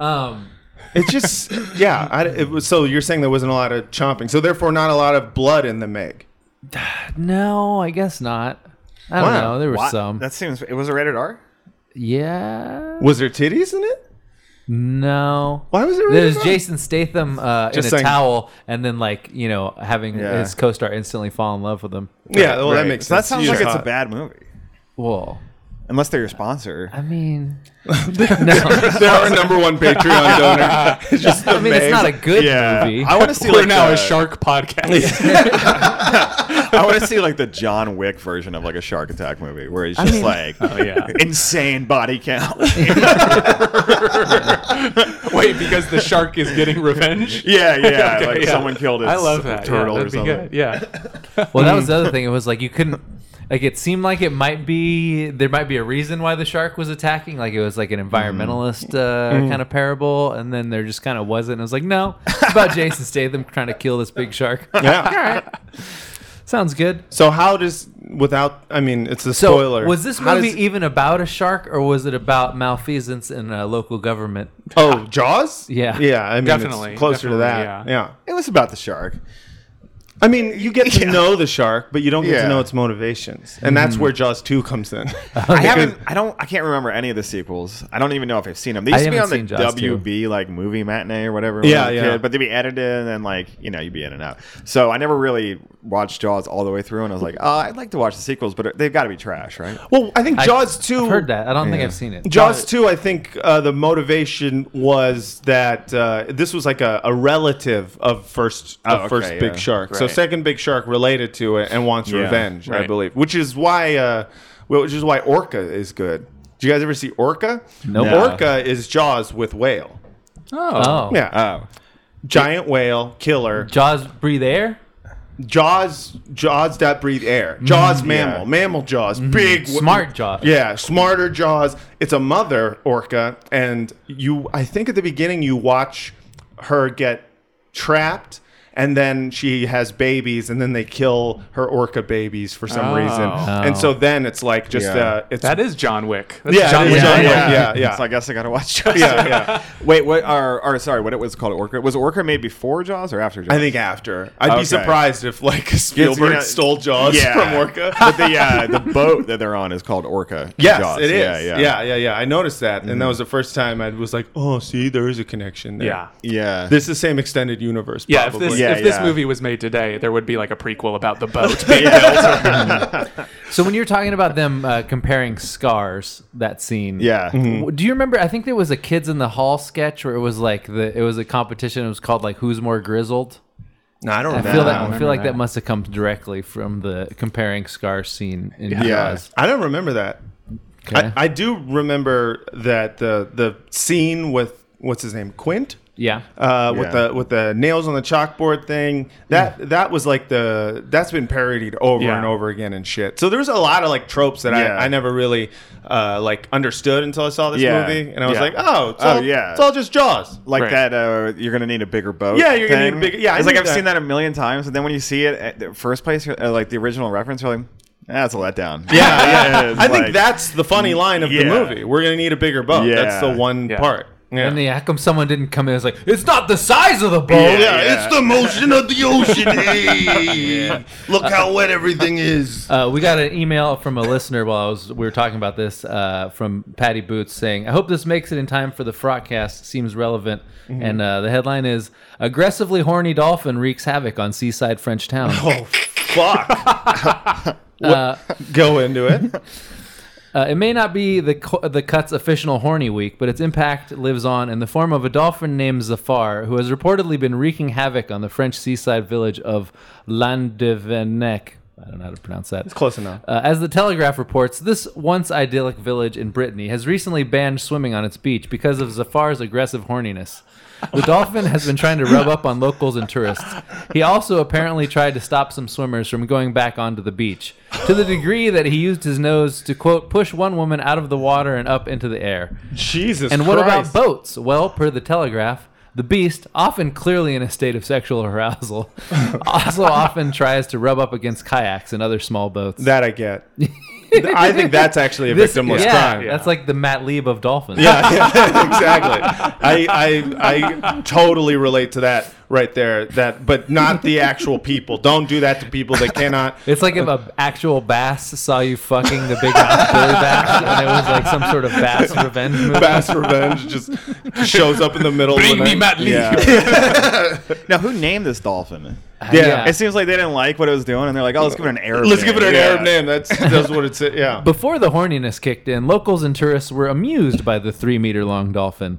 um, it's just yeah. I, it was, so you're saying there wasn't a lot of chomping, so therefore not a lot of blood in the Meg. no, I guess not. I don't Wow. know. There were What? some. That seems. It was a rated R. yeah. Was there titties in it? No. Why was it rated There's R? Jason Statham uh, in a Just saying. towel, and then like you know having Yeah. his co-star instantly fall in love with him. Yeah, well Right. that makes So sense. That sounds You like just it's a hot. bad movie, Whoa. unless they're your sponsor. [LAUGHS] I mean, no. They're our number one Patreon donor. It's just [LAUGHS] the I mean, it's not a Meg. good Yeah. movie. I want to see We're like uh, now uh, the- a shark podcast. [LAUGHS] I want to see like the John Wick version of like a shark attack movie where it's just mean- like yeah. insane body count. Wait, because the shark is getting revenge? yeah, yeah. Okay, like yeah. someone killed its [LAUGHS] I love that. turtle yeah, or that'd be something. good. Yeah. well, that was the other thing. It was like you couldn't. Like it seemed like it might be there might be a reason why the shark was attacking. Like it was like an Mm. environmentalist uh, Mm-hmm. kind of parable, and then there just kind of wasn't. It was like no, it's about Jason Statham trying to kill this big [LAUGHS] shark. [LAUGHS] Yeah. Sounds good. So how does without? I mean, it's a So spoiler. was this How movie does- even about a shark, or was it about malfeasance in uh, local government? oh, Jaws? Yeah. yeah. I mean, Definitely, it's closer to that. definitely, Yeah. It was about the shark. I mean, you [LAUGHS] get to know the shark, but you don't get Yeah. to know its motivations, and that's Mm-hmm. where Jaws Two [LAUGHS] comes in. I haven't. I don't. I can't remember any of the sequels. I don't even know if I've seen them. They I used to be haven't on the seen Jaws too. WB like movie matinee or whatever. when I Yeah, was a yeah. kid, but they'd be edited and then like you know you'd be in and out. So I never really watched Jaws all the way through, and I was like, oh, I'd like to watch the sequels, but they've got to be trash, right? well, I think Jaws Two. I've heard that. I don't think I've seen it. Jaws 2, I think uh, the motivation was that uh, this was like a, a relative of first Oh, of first okay, Big yeah. Shark. So Right. second Big Shark related to it and wants Yeah, revenge, I right. believe, which is why uh, which is why Orca is good. Do you guys ever see Orca? Nope. No. Orca is Jaws with whale. Oh. Oh, Yeah, Oh, giant whale killer. Jaws breathe air. Jaws, jaws that breathe air. Mm-hmm. Jaws, mammal, mammal jaws, big, w- Smart jaws. Yeah, smarter jaws. It's a mother orca, and you. I think at the beginning you watch her get trapped, and then she has babies, and then they kill her orca babies for some Oh. reason, and so then it's like just Yeah. uh, it's That is John Wick. That's yeah, John it Wick. is John Wick, Yeah, yeah, [LAUGHS] yeah, So I guess I gotta watch Jaws. [LAUGHS] yeah, yeah. Wait, what? Or, or sorry, what it was called? Orca was Orca made before Jaws or after Jaws? I think after. I'd Okay. be surprised if like Spielberg you know- stole Jaws Yeah. from Orca. [LAUGHS] but the uh, the boat that they're on is called Orca. Yes, Jaws. it is. Yeah, Yeah, yeah, Mm-hmm. yeah, yeah, I noticed that, and that was the first time I was like, "Oh, see, there is a connection there." Yeah. Yeah. [LAUGHS] this is the same extended universe. Yeah, if probably. this Yeah, if this yeah. movie was made today, there would be like a prequel about the [LAUGHS] boat. So when you're talking about them uh, comparing scars, that scene. Yeah. Mm-hmm. w- Do you remember? I think there was a Kids in the Hall sketch where it was like the it was a competition. It was called like Who's More Grizzled. no, I don't I remember. feel that that I one. feel like that. must have come directly from the comparing scar scene in Yeah. Jaws. I don't remember that. Okay. I, I do remember that the the scene with what's his name Quint. yeah. Uh, with Yeah. the with the nails on the chalkboard thing that that was like the that's been parodied over Yeah. and over again and shit. So there's a lot of like tropes that Yeah. I, I never really uh, like understood until I saw this Yeah. movie, and I was Yeah. like, oh, it's Oh, all, yeah. it's all just Jaws. [LAUGHS] like Right. that uh, you're gonna need a bigger boat Yeah, you're gonna need a thing. bigger- yeah, I it's like knew i've that. seen that a million times and then when you see it at the first place you're- uh, like the original reference you're like "Eh, that's a letdown [LAUGHS] [LAUGHS] Yeah, yeah. It's I think like- that's the funny line of Yeah. the movie. We're gonna need a bigger boat. Yeah. That's the one Yeah. part. Yeah. And the, how come someone didn't come in? It's like it's not the size of the boat. Yeah, yeah. Oh, the motion of the ocean. eh? Hey, look how wet everything is. Uh, we got an email from a listener while I was we were talking about this uh, from Patty Boots saying, "I hope this makes it in time for the broadcast. Seems relevant." Mm-hmm. And uh, the headline is "Aggressively Horny Dolphin Wreaks Havoc on Seaside French Town." [LAUGHS] Oh [LAUGHS] fuck! Uh, Go into it. Uh, it may not be the co- the cut's official horny week, but its impact lives on in the form of a dolphin named Zafar, who has reportedly been wreaking havoc on the French seaside village of Landevenec. I don't know how to pronounce that. It's Close enough. Uh, as the Telegraph reports, this once idyllic village in Brittany has recently banned swimming on its beach because of Zafar's aggressive horniness. The dolphin has been trying to rub up on locals and tourists. He also apparently tried to stop some swimmers from going back onto the beach, to the degree that he used his nose to, quote, push one woman out of the water and up into the air. Jesus. And what Christ. about boats? Well, per the Telegraph, the beast, often clearly in a state of sexual arousal, [LAUGHS] also often tries to rub up against kayaks and other small boats. That I get. I think that's actually a This- victimless yeah, crime. That's like the Matt Lieb of dolphins. Yeah, [LAUGHS] yeah, exactly. I, I I totally relate to that right there. That, but not the actual people. Don't do that to people. They [LAUGHS] cannot. It's like if an actual bass saw you fucking the big rock billy bass, and it was like some sort of bass revenge movie. Bass revenge just shows up in the middle. of the night. Lee. yeah. [LAUGHS] [LAUGHS] now who named this dolphin Yeah. it seems like they didn't like what it was doing and they're like oh let's give it an arab Let's name. give it an Yeah. Arab name. That's that's what it's. Yeah. Before the horniness kicked in, locals and tourists were amused by the three meter long dolphin.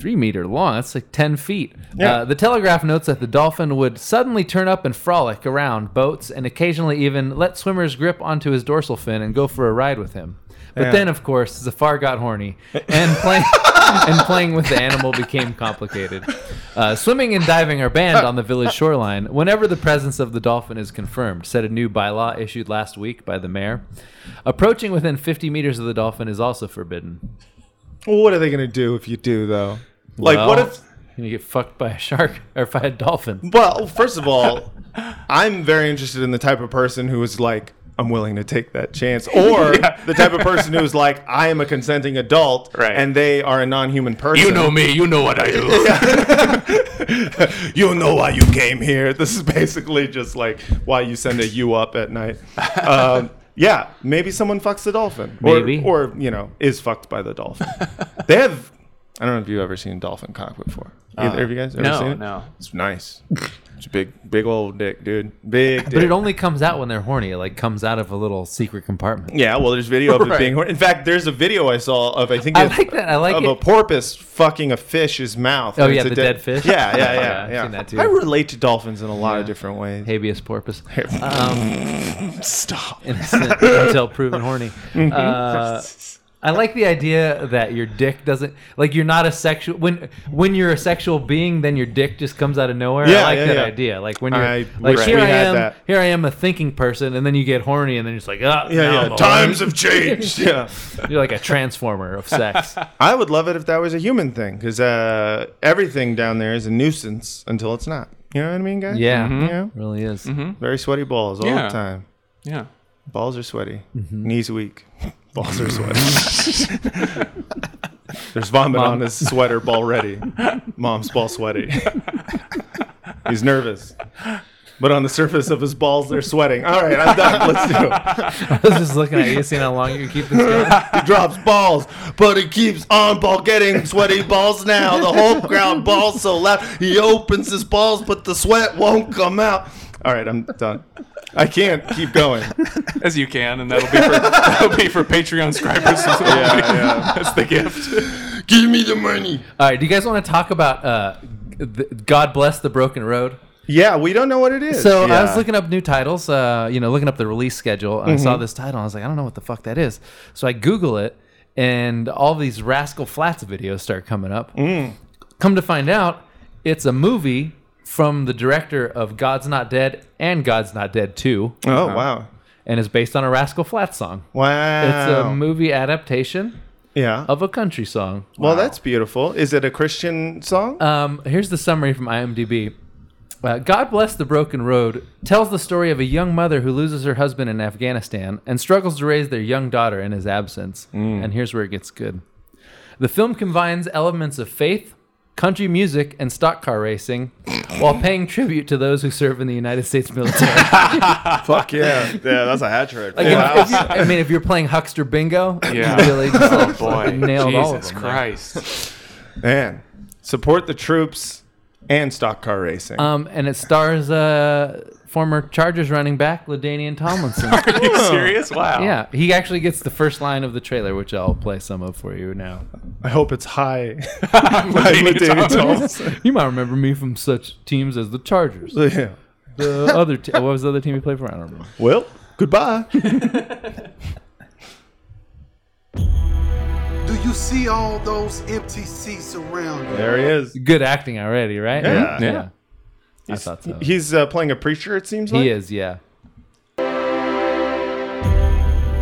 Three meter long, that's like 10 feet. Uh, the Telegraph notes that the dolphin would suddenly turn up and frolic around boats and occasionally even let swimmers grip onto his dorsal fin and go for a ride with him. But then, of course, Zafar got horny, and playing and playing with the animal became complicated. Uh, swimming and diving are banned on the village shoreline whenever the presence of the dolphin is confirmed, said a new bylaw issued last week by the mayor. Approaching within 50 meters of the dolphin is also forbidden. Well, what are they gonna do if you do though? Like, what Well, if? you're gonna get fucked by a shark [LAUGHS] or by a dolphin? Well, first of all, I'm very interested in the type of person who is like, I'm willing to take that [LAUGHS] chance, or the type of person who is like, I am a consenting adult, Right. and they are a non-human person. You know me. You know what I do. [LAUGHS] you know why you came here. This is basically just like why you send a you up at night. [LAUGHS] Um, yeah, maybe someone fucks the dolphin, or, Maybe. or you know, is fucked by the [LAUGHS] dolphin. they have. I don't know if you've ever seen dolphin cock before. Uh, Either of you guys ever seen No, it? no. It's nice. It's a big, big old dick, dude. Big. Dick. But it only comes out when they're horny. It like comes out of a little secret compartment. Yeah, well, there's video of it [LAUGHS] Right. being. horny. In fact, there's a video I saw of I think I it's- like that. I like of a it. porpoise fucking a fish's mouth. Oh, and yeah, it's a the dead fish. [LAUGHS] Yeah, yeah, yeah. Yeah, I've yeah. seen that, too. I relate to dolphins in a lot of different ways. Habeas corpus. Um, [LAUGHS] Stop. innocent until proven horny. Uh, I like the idea that your dick doesn't like you're not a sexual when when you're a sexual being, then your dick just comes out of nowhere. I Yeah, like yeah, that yeah. idea. Like when you're I like wish here we I had am that. here I am a thinking person, and then you get horny, and then you're just like ah now Yeah, I'm yeah. a Times have changed. [LAUGHS] yeah. horny. You're like a transformer of [LAUGHS] sex. I would love it if that was a human thing because uh, everything down there is a nuisance until it's not. You know what I mean, guys? Mm-hmm. Yeah, You know? really is. Very sweaty balls all Yeah. the time. Yeah. Balls are sweaty. Knees weak. [LAUGHS] Balls are sweaty. [LAUGHS] There's vomit on his sweater already. Mom's ball [LAUGHS] sweaty. He's nervous. But on the surface of his balls, they're sweating. All right, I'm done. Let's do it. [LAUGHS] I was just looking at you, seeing how long you can keep this going. He drops balls, but he keeps on ball getting sweaty balls now. The whole crowd balls so loud. He opens his balls, but the sweat won't come out. All right, I'm done. I can't keep going. As you can, and that'll be for that'll be for Patreon [LAUGHS] subscribers. Yeah, yeah. That's the gift. Give me the money. [LAUGHS] All right, do you guys want to talk about uh, the, God bless the broken road? Yeah, we don't know what it is. So I was Yeah. looking up new titles, uh, you know, looking up the release schedule, and I saw this title. And I was like, I don't know what the fuck that is. So I Google it, and all these Rascal Flats videos start coming up. Come to find out, it's a movie from the director of God's Not Dead and God's Not Dead 2, oh wow, and is based on a Rascal Flats song. wow. It's a movie adaptation yeah. of a country song. Well, that's beautiful. Is it a Christian song? Um, here's the summary from IMDb. Uh, God Bless the Broken Road tells the story of a young mother who loses her husband in Afghanistan and struggles to raise their young daughter in his absence. Mm. And here's where it gets good. The film combines elements of faith, country music, and stock car [COUGHS] racing while paying tribute to those who serve in the United States [LAUGHS] military. Fuck [LAUGHS] yeah. yeah, that's a hat trick. Like, Wow. if, if you, I mean, if you're playing Huckster Bingo, [LAUGHS] Yeah. you really just [LAUGHS] Oh boy. [LAUGHS] nailed Jesus all of them. there. [LAUGHS] Christ. Man, support the troops and stock car racing. Um, and it stars uh, former Chargers running back Ladainian [LAUGHS] Tomlinson. Are you serious? Wow. [LAUGHS] Yeah, he actually gets the first line of the trailer, which I'll play some of for you now. I hope it's high. Ladainian Ladainian Tomlinson. Tomlinson. [LAUGHS] You might remember me from such teams as the Chargers. [LAUGHS] yeah. The other, te- what was the other team he played for? I don't remember. Well, goodbye. Do you see all those empty seats around you? there he is. Good acting already, right? Yeah. yeah. I thought so. He, He's uh, playing a preacher. It seems like is, yeah.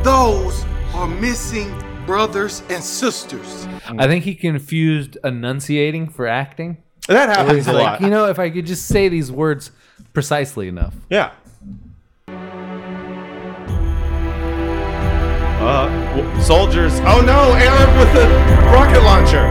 Those are missing brothers and sisters. I think he confused enunciating for acting. That happens He's a like, lot. you know, if I could just say these words precisely enough. yeah. Uh, w- soldiers. Oh no, Arab with the rocket launcher.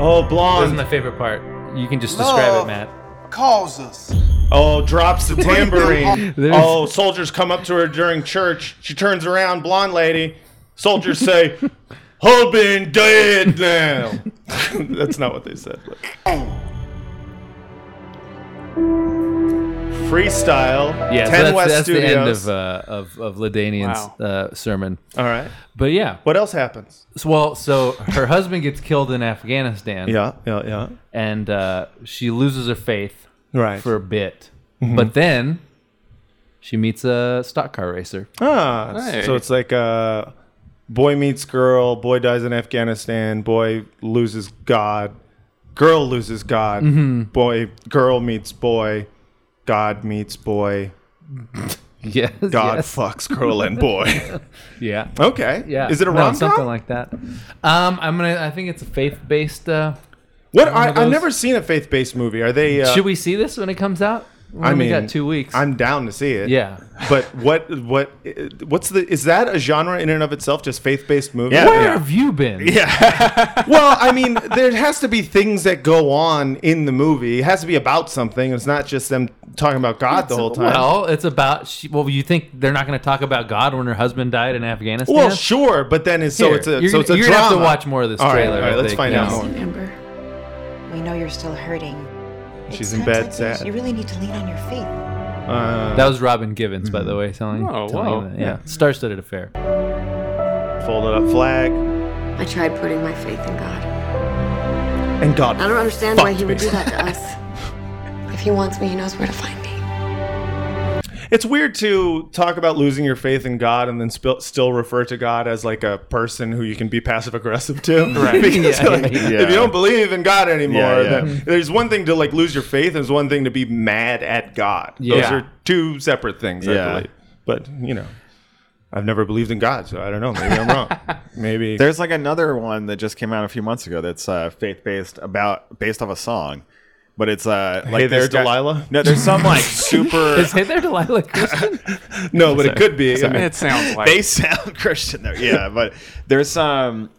Oh, That's blonde. my favorite part. You can just describe it, Love Matt. Calls us. Oh, drops [LAUGHS] the tambourine. There's- oh, soldiers come up to her during church. She turns around, blonde lady. Soldiers [LAUGHS] say, Hubin dead now. [LAUGHS] That's not what they said. but- Freestyle. Yeah, 10 so that's, West that's the Studios. end of uh, of, of Ladainian's uh, sermon. All right. But yeah, What else happens? So- well, so her husband gets killed in Afghanistan. Yeah, yeah, yeah. and uh, she loses her faith Right. for a bit, Mm-hmm. but then she meets a stock car racer. ah, Hey. so it's like uh, boy meets girl, boy dies in Afghanistan, boy loses God, girl loses God, Mm-hmm. boy girl meets boy, God meets boy, [LAUGHS] Yes, God yes. fucks [LAUGHS] girl and boy. yeah, okay, yeah. Is it a No, rom Something com? like that. Um, I'm gonna. I think it's a faith based. Uh, what? one I, of I've those? never seen a faith based movie. Are they? Uh, Should we see this when it comes out? We I only mean, got two weeks. I'm down to see it. yeah. But what? What? What's the? Is that a genre in and of itself? Just faith based movie? Yeah. Where have you been? Yeah. well, I mean, there has to be things that go on in the movie. It has to be about something. It's not just them talking about God the whole time. Well, Well, it's about. She, well, you think they're not going to talk about God when her husband died in Afghanistan? sure, but then it's so Here. it's a you're so it's a gonna, you're drama. gonna have to watch more of this All right, trailer. all right, I let's think, find yeah. out more. Amber, we know you're still hurting. It's She's in times bed, like these, sad. You really need to lean on your faith. Uh, That was Robin Givens, by the way, telling, Oh, telling wow. you that. Yeah. star-studded affair. Uh, folded up flag I tried putting my faith in God. and God. I don't understand why Fucked he would me. [LAUGHS] do that to us. if he wants me, he knows where to find me. It's weird to talk about losing your faith in God and then sp- still refer to God as like a person who you can be passive aggressive to. [LAUGHS] Right. If you don't believe in God anymore, Yeah, yeah. then there's one thing to like lose your faith, and there's one thing to be mad at God. Those Yeah. are two separate things, Yeah. I believe. But you know, I've never believed in God, so I don't know. Maybe I'm wrong. Maybe There's like another one that just came out a few months ago that's uh, faith based about based off a song, but it's uh, like Hey There, this guy- Delilah? No, there's [LAUGHS] some like super. Is Hey There Delilah Christian? no, but it could be. I mean, It sounds [LAUGHS] like they sound Christian though. Yeah, but there's some.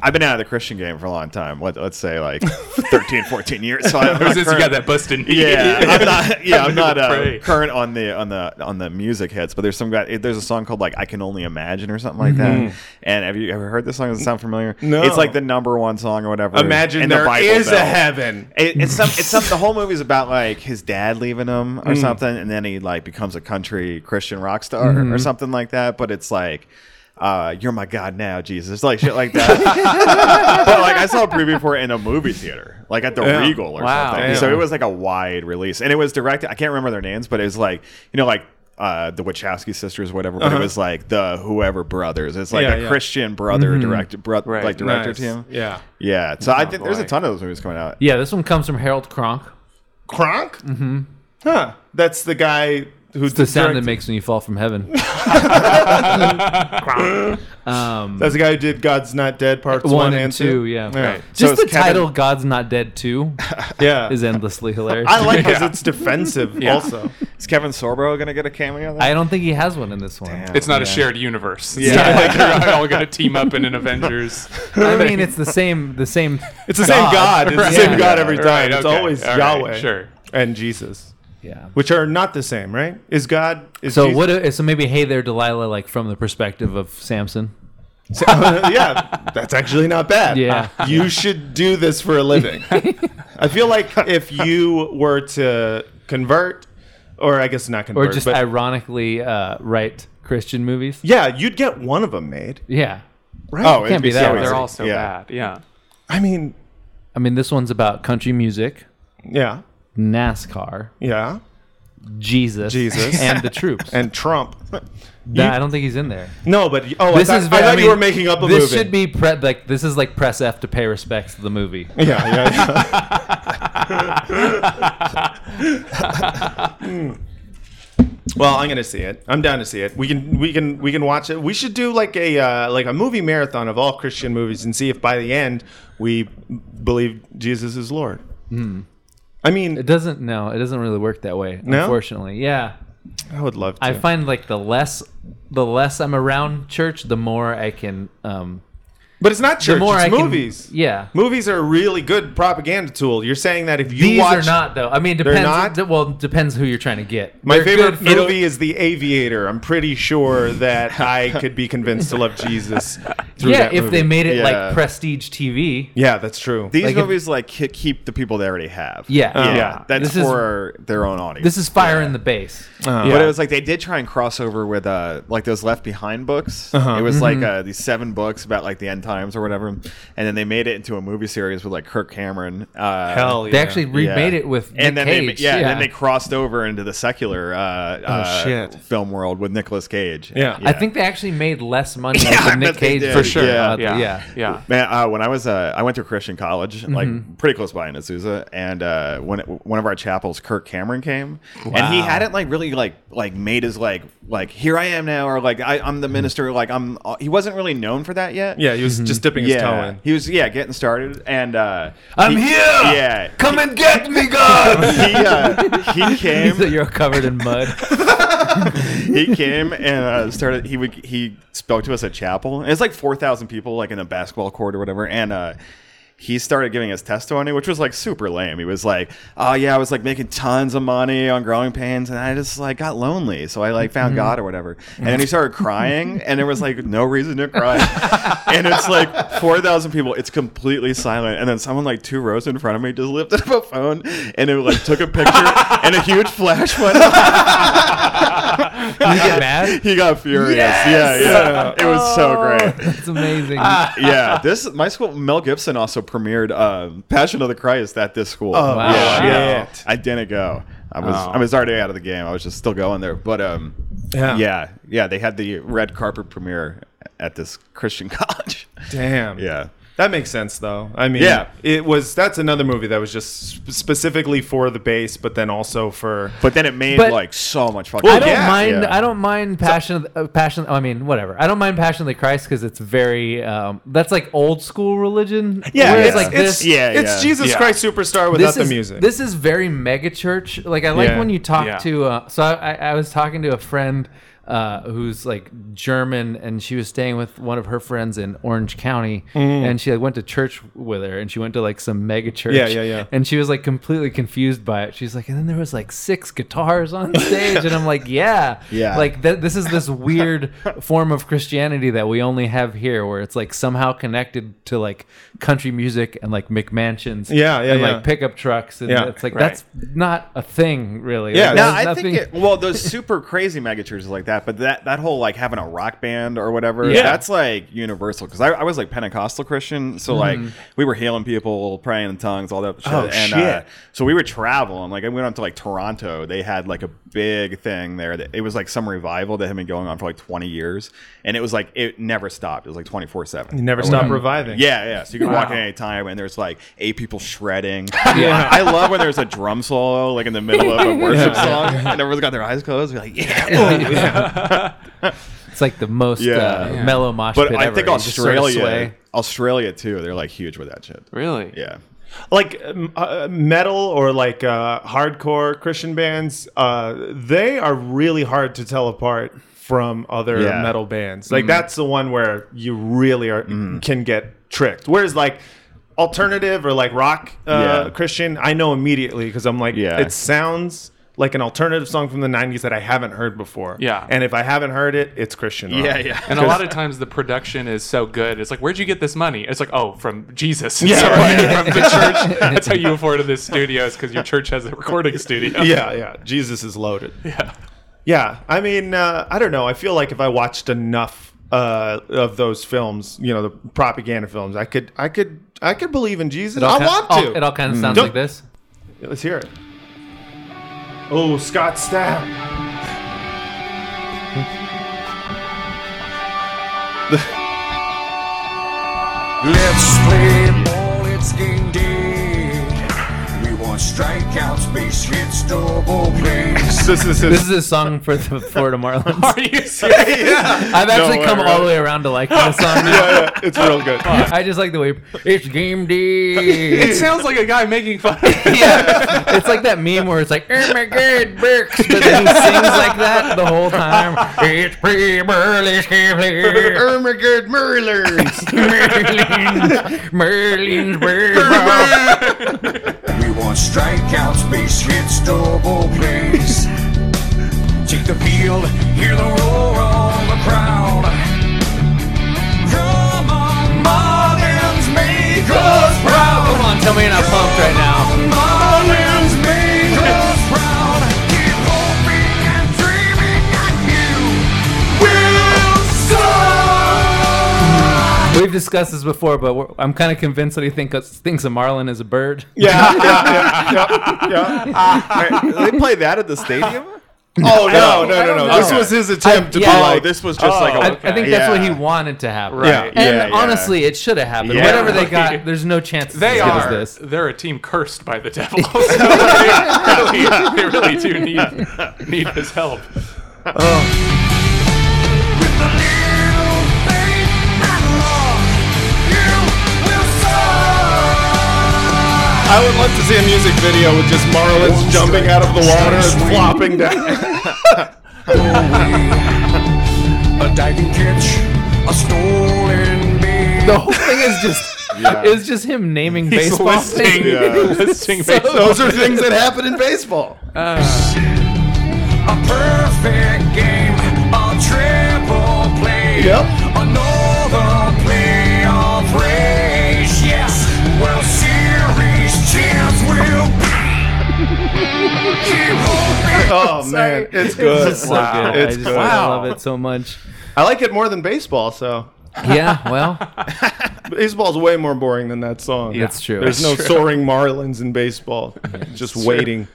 I've been out of the Christian game for a long time. Let, let's [LAUGHS] say like 13, 14 years. So I'm Or not is this you current- got that busted knee? [LAUGHS] Yeah, I'm not. Yeah, I'm not Pray. uh, current on the on the on the music hits, but there's some guy. There's a song called like "I Can Only Imagine" or something like that. And have you ever heard this song? Does it sound familiar? Mm-hmm. No. It's like the number one song or whatever. imagine in the there Bible is a Belt. heaven. It, it's some. It's some. The whole movie's about like his dad leaving him or something, and then he like becomes a country Christian rock star or something like that. But it's like. Uh, you're my God now, Jesus, like shit like that. but like I saw a preview for it in a movie theater, like at the Regal or Wow. something. Damn. So it was like a wide release, and it was directed. I can't remember their names, but it was like you know, like uh, the Wachowski sisters, whatever. But it was like the whoever brothers. It's like Yeah, a yeah. Christian brother directed, bro- Right. like director Nice. team. Yeah. Yeah, so I think there's a boy. ton of those movies coming out. Yeah, this one comes from Harold Cronk. Kronk? Mm-hmm. Huh. That's the guy who It's the sound that makes when you fall from heaven. um, That's the guy who did God's Not Dead parts one, one, and, two, yeah. Right. Just So the it's Kevin- title "God's Not Dead" too [LAUGHS] Yeah. is endlessly hilarious. I like because it's defensive also. Is Kevin Sorbo gonna get a cameo? There? I don't think he has one in this one. It's [LAUGHS] not a shared universe. It's not like they're all going to team up in an Avengers. I mean, it's the same. The same. It's the same God. It's Right. the same Yeah. God every time. Right, It's okay. always All right, Yahweh sure. and Jesus, Yeah. which are not the same, right? Is God is So Jesus- [LAUGHS] what? if- So maybe, hey there, Delilah, like from the perspective of Samson. [LAUGHS] yeah, that's actually not bad. Yeah. You should do this for [LAUGHS] a living. I feel like if you were to convert or I guess not Uh, or convert just but ironically uh, write Christian movies. yeah, you'd get one of them made, Yeah. right? Oh, it'd Oh, Can't be so that. easy. They're all so yeah. bad. Yeah. I mean, I mean, this one's about country music, yeah. NASCAR, Yeah. Jesus, Jesus. and the troops. [LAUGHS] And Trump. Nah, I don't think he's in there. No, but oh, This I thought, is. I very- thought you mean, were making up a this movie. should be pre- like this is like press F to pay respects to the movie. [LAUGHS] Yeah, yeah. yeah. [LAUGHS] Hmm. Well, I'm gonna see it. I'm down to see it. We can, we can, we can watch it. We should do like a uh, like a movie marathon of all Christian movies and see if by the end we believe Jesus is Lord. I mean, Hmm. It doesn't. No, it doesn't really work that way. No? Unfortunately, yeah. I would love to. I find like the less the less I'm around church, the more I can. Um, but it's not the church. more it's I can- movies. yeah. movies are a really good propaganda tool. You're saying that if you These are watch not though. I mean, it They're depends. not? d- Well, it depends who you're trying to get. My They're favorite good- it'll- movie is The Aviator. I'm pretty sure that I could be convinced to love Jesus through Yeah, that if movie. they made it Yeah. like prestige TV. Yeah, that's true. These Like, if- movies like ki- keep the people they already have. Yeah. yeah. Yeah. That's This is- for their own audience. This is fire in the base. Oh, Uh, But it was like they did try and cross over with uh like those Left Behind books. Uh-huh. It Mm-hmm. was like uh, these seven books about like the end times or whatever, and then they made it into a movie series with like Kirk Cameron. Uh, Hell yeah. They actually yeah. remade it with Nick and then Cage. They, yeah, and then they crossed over into the secular uh, uh, Oh, shit. film world with Nicolas Cage. Yeah. I think they actually made less [LAUGHS] money off I of Nick bet they Cage did. than- For sure. uh, Yeah. yeah. Yeah. Man, uh, when I was uh, I went to a Christian college, like pretty close by in Azusa, and uh, when it, one of our chapels, Kirk Cameron came, and he hadn't like really like like made his like like here I am now, or like I, I'm the minister, like I'm. uh, He wasn't really known for that yet. yeah, he was Mm-hmm. just dipping his toe yeah. in. He was yeah getting started, and uh, I'm he- here. Yeah, Come and get me, God. [LAUGHS] he uh, he came. so [LAUGHS] you're covered in [LAUGHS] mud. he came and uh, started. He would he spoke to us at chapel, and it's like four thousand people, like in a basketball court or whatever, and. uh he started giving his testimony, which was like super lame. He was like, "Oh yeah, I was like making tons of money on growing pains, and I just like got lonely, so I like found God or whatever." And then he started crying, and there was like no reason to cry. and it's like four thousand people. It's completely silent, and then someone like two rows in front of me just lifted up a phone and it like took a picture, and a huge flash went on You get mad? [LAUGHS] he got furious. Yeah, yeah. It was so great. It's Uh, amazing. Yeah, this my school. Mel Gibson uh, also premiered um, Passion of the Christ at this school. Oh, Wow. shit. I didn't go. I was I was already out of the game. I was just still going there, but um, Yeah. yeah, yeah, They had the red carpet premiere at this Christian [LAUGHS] college. Damn. yeah, That makes sense, though. I mean, Yeah. it was. That's another movie that was just sp- specifically for the base, but then also for. Oh, but then it made But- like so much fucking. I don't yeah. mind. Yeah. I don't mind passion. uh, passion. I mean, whatever. I don't mind passionately Christ because it's very. Um, that's like old school religion. Yeah, whereas it's, like it's, this. yeah, it's yeah. Jesus Yeah. Christ Superstar without this the is, music. This is very mega church. Like I like Yeah. when you talk Yeah. to. Uh, so I, I, I was talking to a friend uh, who's like German, and she was staying with one of her friends in Orange County, Mm-hmm. and she like, went to church with her, and she went to like some mega church. Yeah, yeah, yeah. And she was like completely confused by it. She's like, and then there was like six guitars on stage, and I'm like, [LAUGHS] yeah, Yeah. Like th- this is this weird form of Christianity that we only have here, where it's like somehow connected to like country music and like McMansions Yeah, yeah, and yeah. like pickup trucks, and Yeah. it's like Right. that's not a thing, really. Yeah, Like, No, there's I nothing- think [LAUGHS] it, well, those super crazy megachurches like that, but that that whole like having a rock band or whatever, Yeah. that's like universal. Because I, I was like Pentecostal Christian, so like we were healing people, praying in tongues, all that shit. Mm-hmm. Oh, and, shit. Uh, so we were traveling. Like I went on to like Toronto. They had like a big thing there. That, it was like some revival that had been going on for like twenty years, and it was like it never stopped. It was like twenty four seven. you never stop reviving. Yeah, yeah. So you can walk in any time, and there's like eight people shredding. Yeah. I love when there's a drum solo like in the middle [LAUGHS] of a worship song, and everyone's got their eyes closed. We're like, yeah. ooh, yeah. it's like the most uh, Yeah. mellow mosh [LAUGHS] But pit I ever. think You just sort of Australia, [LAUGHS] sway. Australia too, they're like huge with that shit. Really? Yeah. like um, uh, metal or like uh, hardcore Christian bands, uh, they are really hard to tell apart from other Yeah. metal bands. Like that's the one where you really are can get tricked. Whereas like alternative or like rock uh, Yeah. Christian, I know immediately because I'm like, Yeah. it sounds. Like an alternative song from the '90s that I haven't heard before. Yeah. and if I haven't heard it, it's Christian. rock. [LAUGHS] Yeah, yeah. And a lot of times the production is so good. It's like, where'd you get this money? It's like, oh, from Jesus. [LAUGHS] Yeah, Sorry, right. from the [LAUGHS] church. That's how you afforded this studio is because your church has a recording studio. yeah, yeah. Jesus is loaded. Yeah. Yeah, I mean, uh, I don't know. I feel like if I watched enough uh, of those films, you know, the propaganda films, I could, I could, I could believe in Jesus. I It all- want to. Mm. It all kind of sounds Don't- like this. Let's hear it. Oh, Scott Stapp. Let's play ball, it's game day. We want strikeouts, base hits, double plays. This is his. This is a song for the Florida Marlins. [LAUGHS] Are you serious? I've actually come all the way around to liking this song now. yeah, yeah, it's real good. I just like the way it's game day. [LAUGHS] It sounds like a guy making [LAUGHS] fun of me. yeah. It's like that meme where it's like, oh my god, Burks. But then he sings like that the whole time. It's pre Burley Ermagerd Merlins. Merlin's, Merlin's bird. We want strikeouts, base hits, double plays. Take the field, hear the roar of the crowd. Come on, Marlins, make us proud. Come on, tell me you're not pumped right now. Marlins make us proud. Keep hoping and dreaming that you will soar. We've discussed this before, but we're, I'm kind of convinced that he think, thinks a marlin is a bird. yeah, yeah, yeah, yeah, yeah. [LAUGHS] Wait, they play that at the stadium? Oh no, no, no, know. no! This was his attempt to I- yeah. be Oh, like. this was just like a I, Okay. I think that's what Yeah. he wanted to happen. Right. Yeah, And yeah, yeah. honestly, it should have happened. Yeah. Whatever [LAUGHS] they got, there's no chance it's They as good are. as this. They're a team cursed by the devil. [LAUGHS] So they, really, they really do need need his help. With a little faith and love, you will soar. I would love to see a music video with just Marlins jumping out of the water and flopping down. [LAUGHS] A diving catch, a stolen base. The whole thing is just it's just him naming He's baseball listing, things. [LAUGHS] listing baseball. Those are things that happen in baseball. A perfect game, a triple play. Yep. Another playoff race, yes. Well, series champs will be. Keep hoping. [LAUGHS] Oh man, it's good. [LAUGHS] It's so good. It's I just good. I love it so much. I like it more than baseball. So Yeah, well, baseball's way more boring than that song. That's true. There's no That's soaring Marlins in baseball. Just waiting.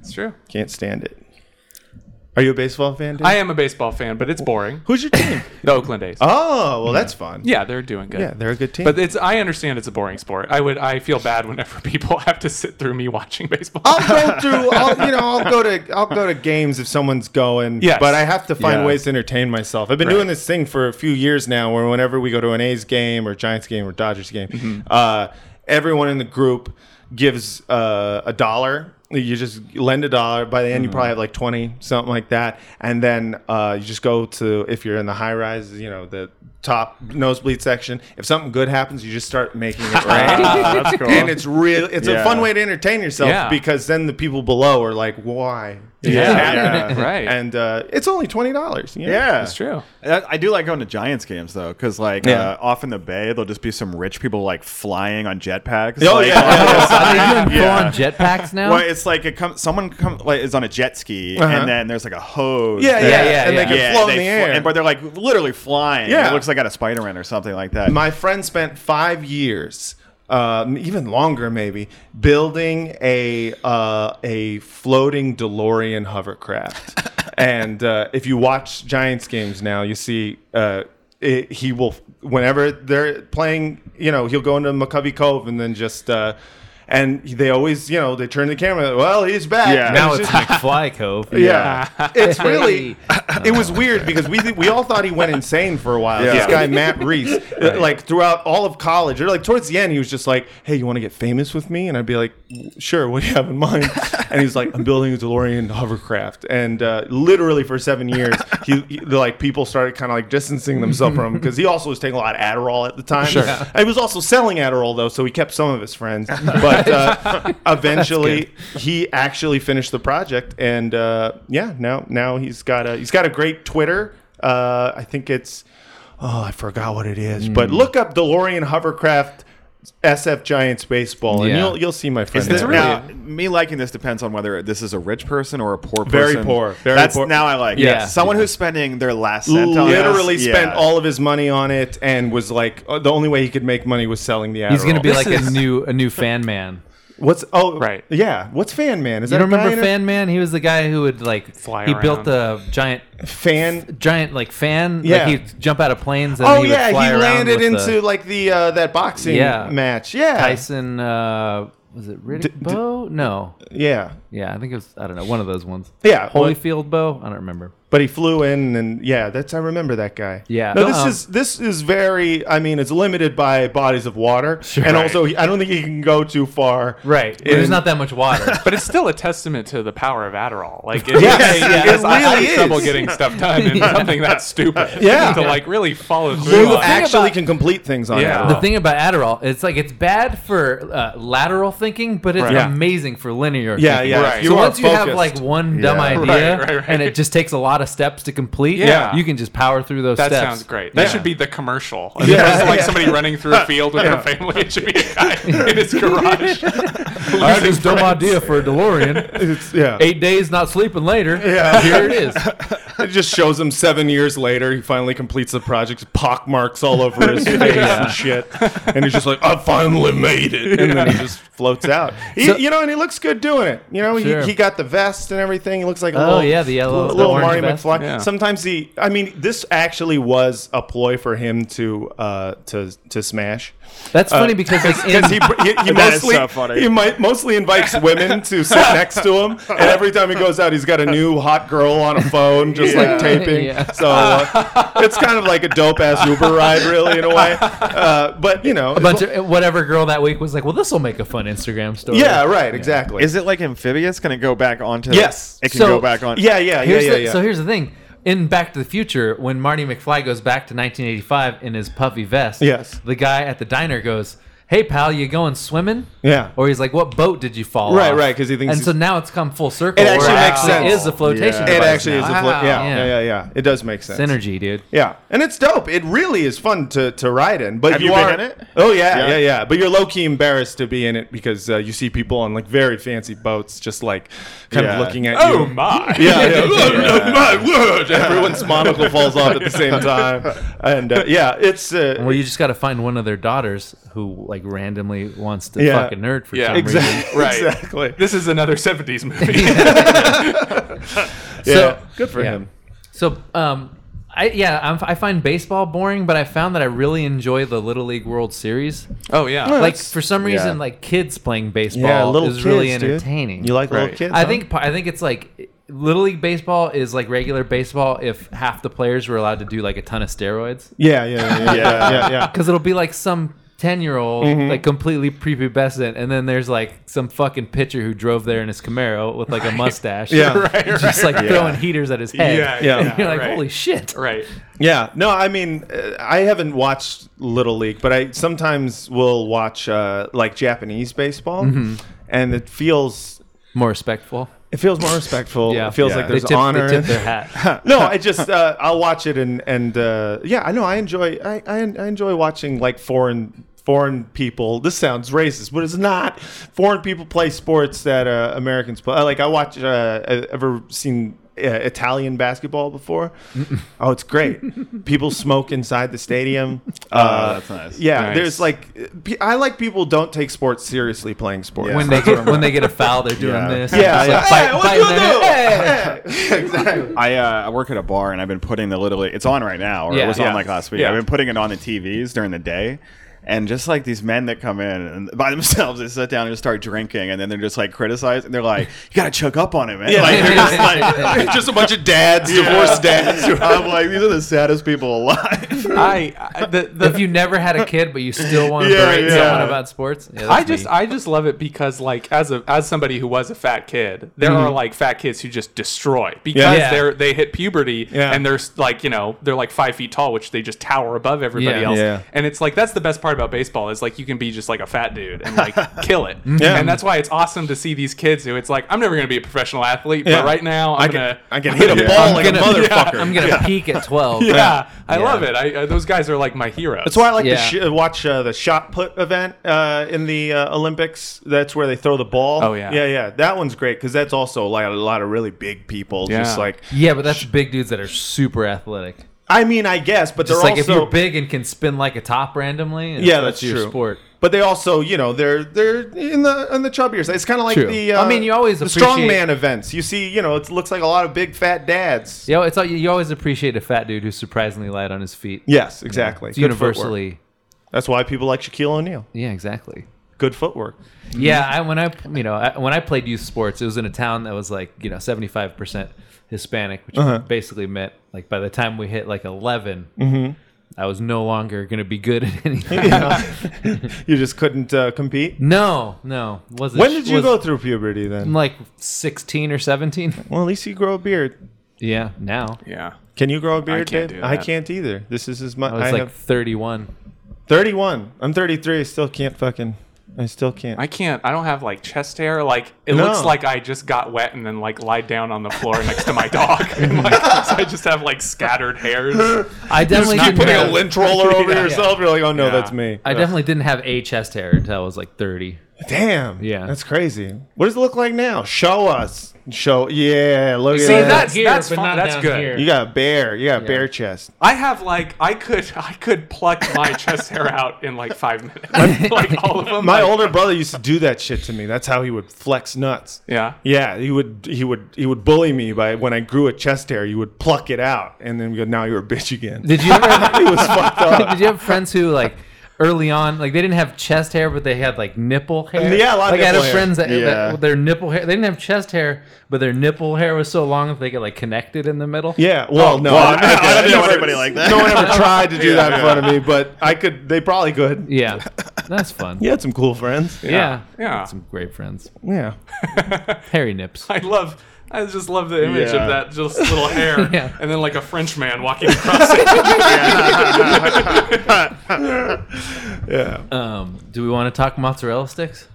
It's true. Can't stand it. Are you a baseball fan? Dave? I am a baseball fan, but it's boring. Who's your team? the Oakland A's. Oh, well, that's fun. Yeah, they're doing good. Yeah, they're a good team. But it's I understand it's a boring sport. I would I feel bad whenever [LAUGHS] people have to sit through me watching baseball. I'll go [LAUGHS] through. I'll, you know, I'll go to I'll go to games if someone's going. Yes. But I have to find Yeah. ways to entertain myself. I've been doing this thing for a few years now, where whenever we go to an A's game or Giants game or Dodgers game, Mm-hmm. uh, everyone in the group gives uh, a dollar. You just lend a dollar. By the end, Mm-hmm. you probably have like twenty, something like that. And then uh, you just go to if you're in the high rise, you know the top nosebleed section. If something good happens, you just start making it rain. [LAUGHS] that's cool. And it's real. It's a Yeah. fun way to entertain yourself Yeah. because then the people below are like, "Why?" is Yeah. this happening?" [LAUGHS] Yeah, right. And uh, it's only twenty dollars. Yeah, It's true. I I do like going to Giants games though, because like Yeah. uh, off in the bay, there'll just be some rich people like flying on jetpacks. Oh, like, yeah. Are they doing Yeah. full on jetpacks now? [LAUGHS] Well, it's like it come, someone come, like, is on a jet ski, Uh-huh. and then there's like a hose. Yeah, that- yeah, yeah, And yeah. they can float in they the fl- air. and- but they're like literally flying. Yeah. it looks like at a Spider Man or something like that. My friend spent five years, um, even longer maybe, building a uh, a floating DeLorean [LAUGHS] hovercraft. and uh, if you watch Giants games now, you see uh, it, he will whenever they're playing. You know, he'll go into McCovey Cove and then just. Uh, and they always, you know, they turn the camera. Well, he's back. Yeah. And now it's it's just- McFly Cove. yeah. It's really Hey. [LAUGHS] it was weird because we we all thought he went insane for a while. Yeah. This guy Matt Reese, like throughout all of college, or like towards the end, he was just like, "Hey, you want to get famous with me?" And I'd be like, "Sure, what do you have in mind?" And he's like, "I'm building a DeLorean hovercraft." And uh, literally for seven years, he, he- the, like people started kind of like distancing themselves from him because he also was taking a lot of Adderall at the time. Sure, he was also selling Adderall though, so he kept some of his [LAUGHS] friends. But uh, eventually, he actually finished the project, and uh, yeah, now now he's got a he's got a great Twitter. Uh, I think it's oh I forgot what it is, Hmm. but look up DeLorean hovercraft SF Giants baseball, and Yeah. you'll you'll see my friend. Is this there. now, me liking this depends on whether this is a rich person or a poor person. Very poor, very That's poor. now I like. Yeah. Yeah, someone who's spending their last cent on this, literally yeah. spent all of his money on it, and was like uh, the only way he could make money was selling the. Adderall. He's gonna be like is- a new a new fan [LAUGHS] man. what's oh Right. yeah what's Fan Man is You that don't a guy remember in it? Fan Man? He was the guy who would like Fly he built around. the giant Fan giant like fan. Yeah. Like he'd jump out of planes and Oh he would yeah, fly he around landed with into the like the uh, that boxing Yeah. match. Yeah, Tyson uh was it Riddick Bow? No. Yeah, Yeah, I think it was I don't know, one of those ones. Yeah, well- Holyfield Bow? I don't remember. but he flew in, and yeah, that's I remember that guy. Yeah. no, this Um, is this is very. I mean, it's limited by bodies of water, and also he, I don't think he can go too far. Right. in- There's not that much water. [LAUGHS] But it's still a testament to the power of Adderall. Like, it, Yes, yes, it I have really is. trouble getting stuff [LAUGHS] done in something that's stupid. Yeah. to like really follow through. You on. actually can complete things on Yeah. Adderall. The thing about Adderall, it's like it's bad for uh, lateral thinking, but it's Yeah. amazing for linear. Yeah, thinking. yeah. Right. So You are once you have focused. like one dumb Yeah. idea, Right, right, right. and it just takes a lot of steps to complete, Yeah. you can just power through those That steps. sounds great. That Yeah. should be the commercial. As Yeah. opposed to like Yeah. [LAUGHS] somebody running through a field with their family. It should be a guy in his garage. I had this dumb idea for a [LAUGHS] DeLorean. It's- yeah, Eight days not sleeping later. Yeah. Here it is. [LAUGHS] it just shows him seven years later. He finally completes the project. Pock marks all over [LAUGHS] his face and shit. And he's just like, I finally made it. And then he just floats out. He, So- you know, and he looks good doing it. You know, Sure. he, he got the vest and everything. He looks like a Oh, little, yeah, the yellow- little, the little orange Marty vest. McFly. Yeah. Sometimes he. I mean, this actually was a ploy for him to uh, to to smash. That's funny Uh, because like, in, Because he, he, [LAUGHS] he That is mostly so funny. he might, mostly invites women to [LAUGHS] sit next to him, and every time he goes out, he's got a new hot girl on a phone, just like taping. Yeah. So uh, it's kind of like a dope ass Uber ride, really, in a way. Uh, but you know, a bunch of whatever girl that week was like, well, this will make a fun Instagram story. yeah, right, exactly. Is it like amphibious? Can it go back onto? Yes. it can So- go back on. yeah, yeah, yeah, Here's yeah, the- yeah. So here's the thing. In Back to the Future, when Marty McFly goes back to 1985 in his puffy vest, Yes. the guy at the diner goes, "Hey pal, you going swimming?" Yeah. Or he's like, "What boat did you fall?" Right, off?" right, 'cause he thinks And he's- so now it's come full circle. It where actually makes actually sense. Is a flotation? Yeah. it device actually now. is a flip. Wow. Yeah, Yeah. yeah, yeah, yeah. It does make sense. Synergy, dude. Yeah, and it's dope. It really is fun to, to ride in. But Have you, you been are in it? Oh yeah, yeah, Yeah. yeah, But you're low key embarrassed to be in it because uh, you see people on like very fancy boats, just like kind of Yeah. looking at you. Oh my! [LAUGHS] [LAUGHS] Yeah, yeah. Oh, my word! [LAUGHS] Everyone's monocle falls off at the same time, and uh, yeah, it's uh, Where you just got to find one of their daughters who like like randomly wants to Yeah. fuck a nerd for some Yeah. [LAUGHS] reason. Exactly. Right. Exactly. This is another 70s movie. Yeah. Good for him. [LAUGHS] So, um, I yeah, I'm, I find baseball boring, but I found that I really enjoy the Little League World Series. oh, yeah. like for some reason, [LAUGHS] yeah. like kids playing baseball is kids, really dude. entertaining. You like little Right. kids? I huh? think I think it's like Little League baseball is like regular baseball if half the players were allowed to do like a ton of steroids. Yeah, yeah, yeah, yeah, yeah, yeah, yeah. because it'll be like some 10 year old Mm-hmm. like completely prepubescent and then there's like some fucking pitcher who drove there in his camaro with like a mustache [LAUGHS] [LAUGHS] Yeah. Right, just like throwing heaters at his head Yeah, yeah, and [LAUGHS] you're like right. holy shit [LAUGHS] Right. Yeah, no, I mean, uh, I haven't watched Little League, but I sometimes will watch uh, like Japanese baseball, Mm-hmm. and it feels more respectful it feels more respectful. yeah it feels Yeah. like there's they tip, honor. they tip in- their hat [LAUGHS] no, I just uh, I'll watch it and and uh, yeah, I know I enjoy I, I I enjoy watching like foreign foreign people. This sounds racist, but it's not. Foreign people play sports that uh, Americans play. Like I watch. Uh, I- ever seen uh, Italian basketball before? Oh, it's great. people smoke inside the stadium. Uh, that's nice. Yeah, Nice. there's like pe- I like people don't take sports seriously playing sports. when they get when they get a foul they're doing Yeah. this [LAUGHS] yeah, It's like yeah. bite- Hey, what biting you their do? head. Hey. exactly. I uh, I work at a bar and I've been putting the little it's on right now or Yeah. it was Yeah. on like last week. Yeah. I've been putting it on the TVs during the day. And just like these men that come in and by [LAUGHS] themselves, they sit down and just start drinking, and then they're just like criticizing. They're like, "You gotta choke up on it, man!" Like, they're [LAUGHS] just [LAUGHS] like just a bunch of dads, divorced dads. [LAUGHS] I'm like, these are the saddest people [LAUGHS] alive. I, I the, the, if you never had a kid but you still want to Yeah, berate yeah. someone about sports yeah, that's I just me. I just love it because like as a as somebody who was a fat kid, there Mm-hmm. are like fat kids who just destroy because Yeah. they're they hit puberty Yeah. and they're s- like you know they're like five feet tall, which they just tower above everybody Yeah. else. Yeah. And it's like that's the best part about baseball is like you can be just like a fat dude and [LAUGHS] like kill it. Mm-hmm. And that's why it's awesome to see these kids who it's like I'm never gonna be a professional athlete, Yeah. but right now I'm I gonna can, I can hit a [LAUGHS] ball like a gonna- [LAUGHS] motherfucker. i'm gonna peak at 12 yeah, I love it. I, I those guys are like my heroes. That's why I like Yeah. to sh- uh, watch uh, the shot put event uh, in the uh, Olympics. That's where they throw the ball. Oh, yeah. yeah, yeah. That one's great because that's also like a lot of really big people. Just Yeah. like yeah but that's big dudes that are super athletic I mean, I guess, but Just they're like also if you're big and can spin like a top randomly, and Yeah, that's your true. sport. But they also, you know, they're they're in the in the chubbier side. It's kind of like True. the. Uh, I mean, you always the appreciate- strongman events. You see, you know, it looks like a lot of big fat dads. You know, it's all, you always appreciate a fat dude who's surprisingly light on his feet. Yes, exactly. it's Good footwork. universally. That's why people like Shaquille O'Neal. Yeah, exactly. Good footwork. Yeah, Mm-hmm. I, when I you know I, when I played youth sports, it was in a town that was like you know seventy five percent Hispanic, which Uh-huh. basically meant like by the time we hit like 11 Mm-hmm. I was no longer gonna be good at anything. You just couldn't uh, compete. [LAUGHS] No, no, wasn't. When did you was go through puberty [LAUGHS] then? Like sixteen or [LAUGHS] seventeen. Well, at least you grow a beard. Yeah, now yeah. Can you grow a beard, can't Dave? do I that. can't either. This is as much. I I, was Oh, like have thirty [LAUGHS] one. 31. I'm 33. I still can't fucking. I still can't. I can't. I don't have like chest hair. Like it No. looks like I just got wet and then like lied down on the floor next to my dog. [LAUGHS] And, like, so I just have like scattered hairs. I definitely You're didn't putting have, a lint roller [LAUGHS] over Yeah. yourself. You're like, oh no, Yeah. that's me. I definitely didn't have a chest hair until I was like 30. [LAUGHS] Damn. Yeah. That's crazy. What does it look like now? Show us. Show. Yeah. Look See, at that. that's here, that's but fun. not That's down good. here. You got a bear. You got a bear chest. I have like I could I could pluck my chest hair out in like five minutes. [LAUGHS] like all of them. My like- older brother used to do that shit to me. That's how he would flex nuts. Yeah. Yeah, he would he would he would bully me by when I grew a chest hair, he would pluck it out and then go, now you're a bitch again. [LAUGHS] Did you ever [LAUGHS] it was fucked up. did you have friends who like early on like they didn't have chest hair but they had like nipple hair? Yeah, a lot of like I had nipple hair. friends that, that- Yeah. their nipple hair they didn't have chest hair but their nipple hair was so long that they could like connect it in the middle. Yeah, well, no, well, I, I- I don't know [LAUGHS] never- anybody like that. No one ever tried to do that in front of me, but I could. They probably could. Yeah. That's fun. You had some cool friends. Yeah. Yeah. Some great friends. Yeah, Hairy nips. I love. I just love the image Yeah. of that just little hair, Yeah. and then like a French man walking across it. yeah. Um, do we want to talk mozzarella sticks?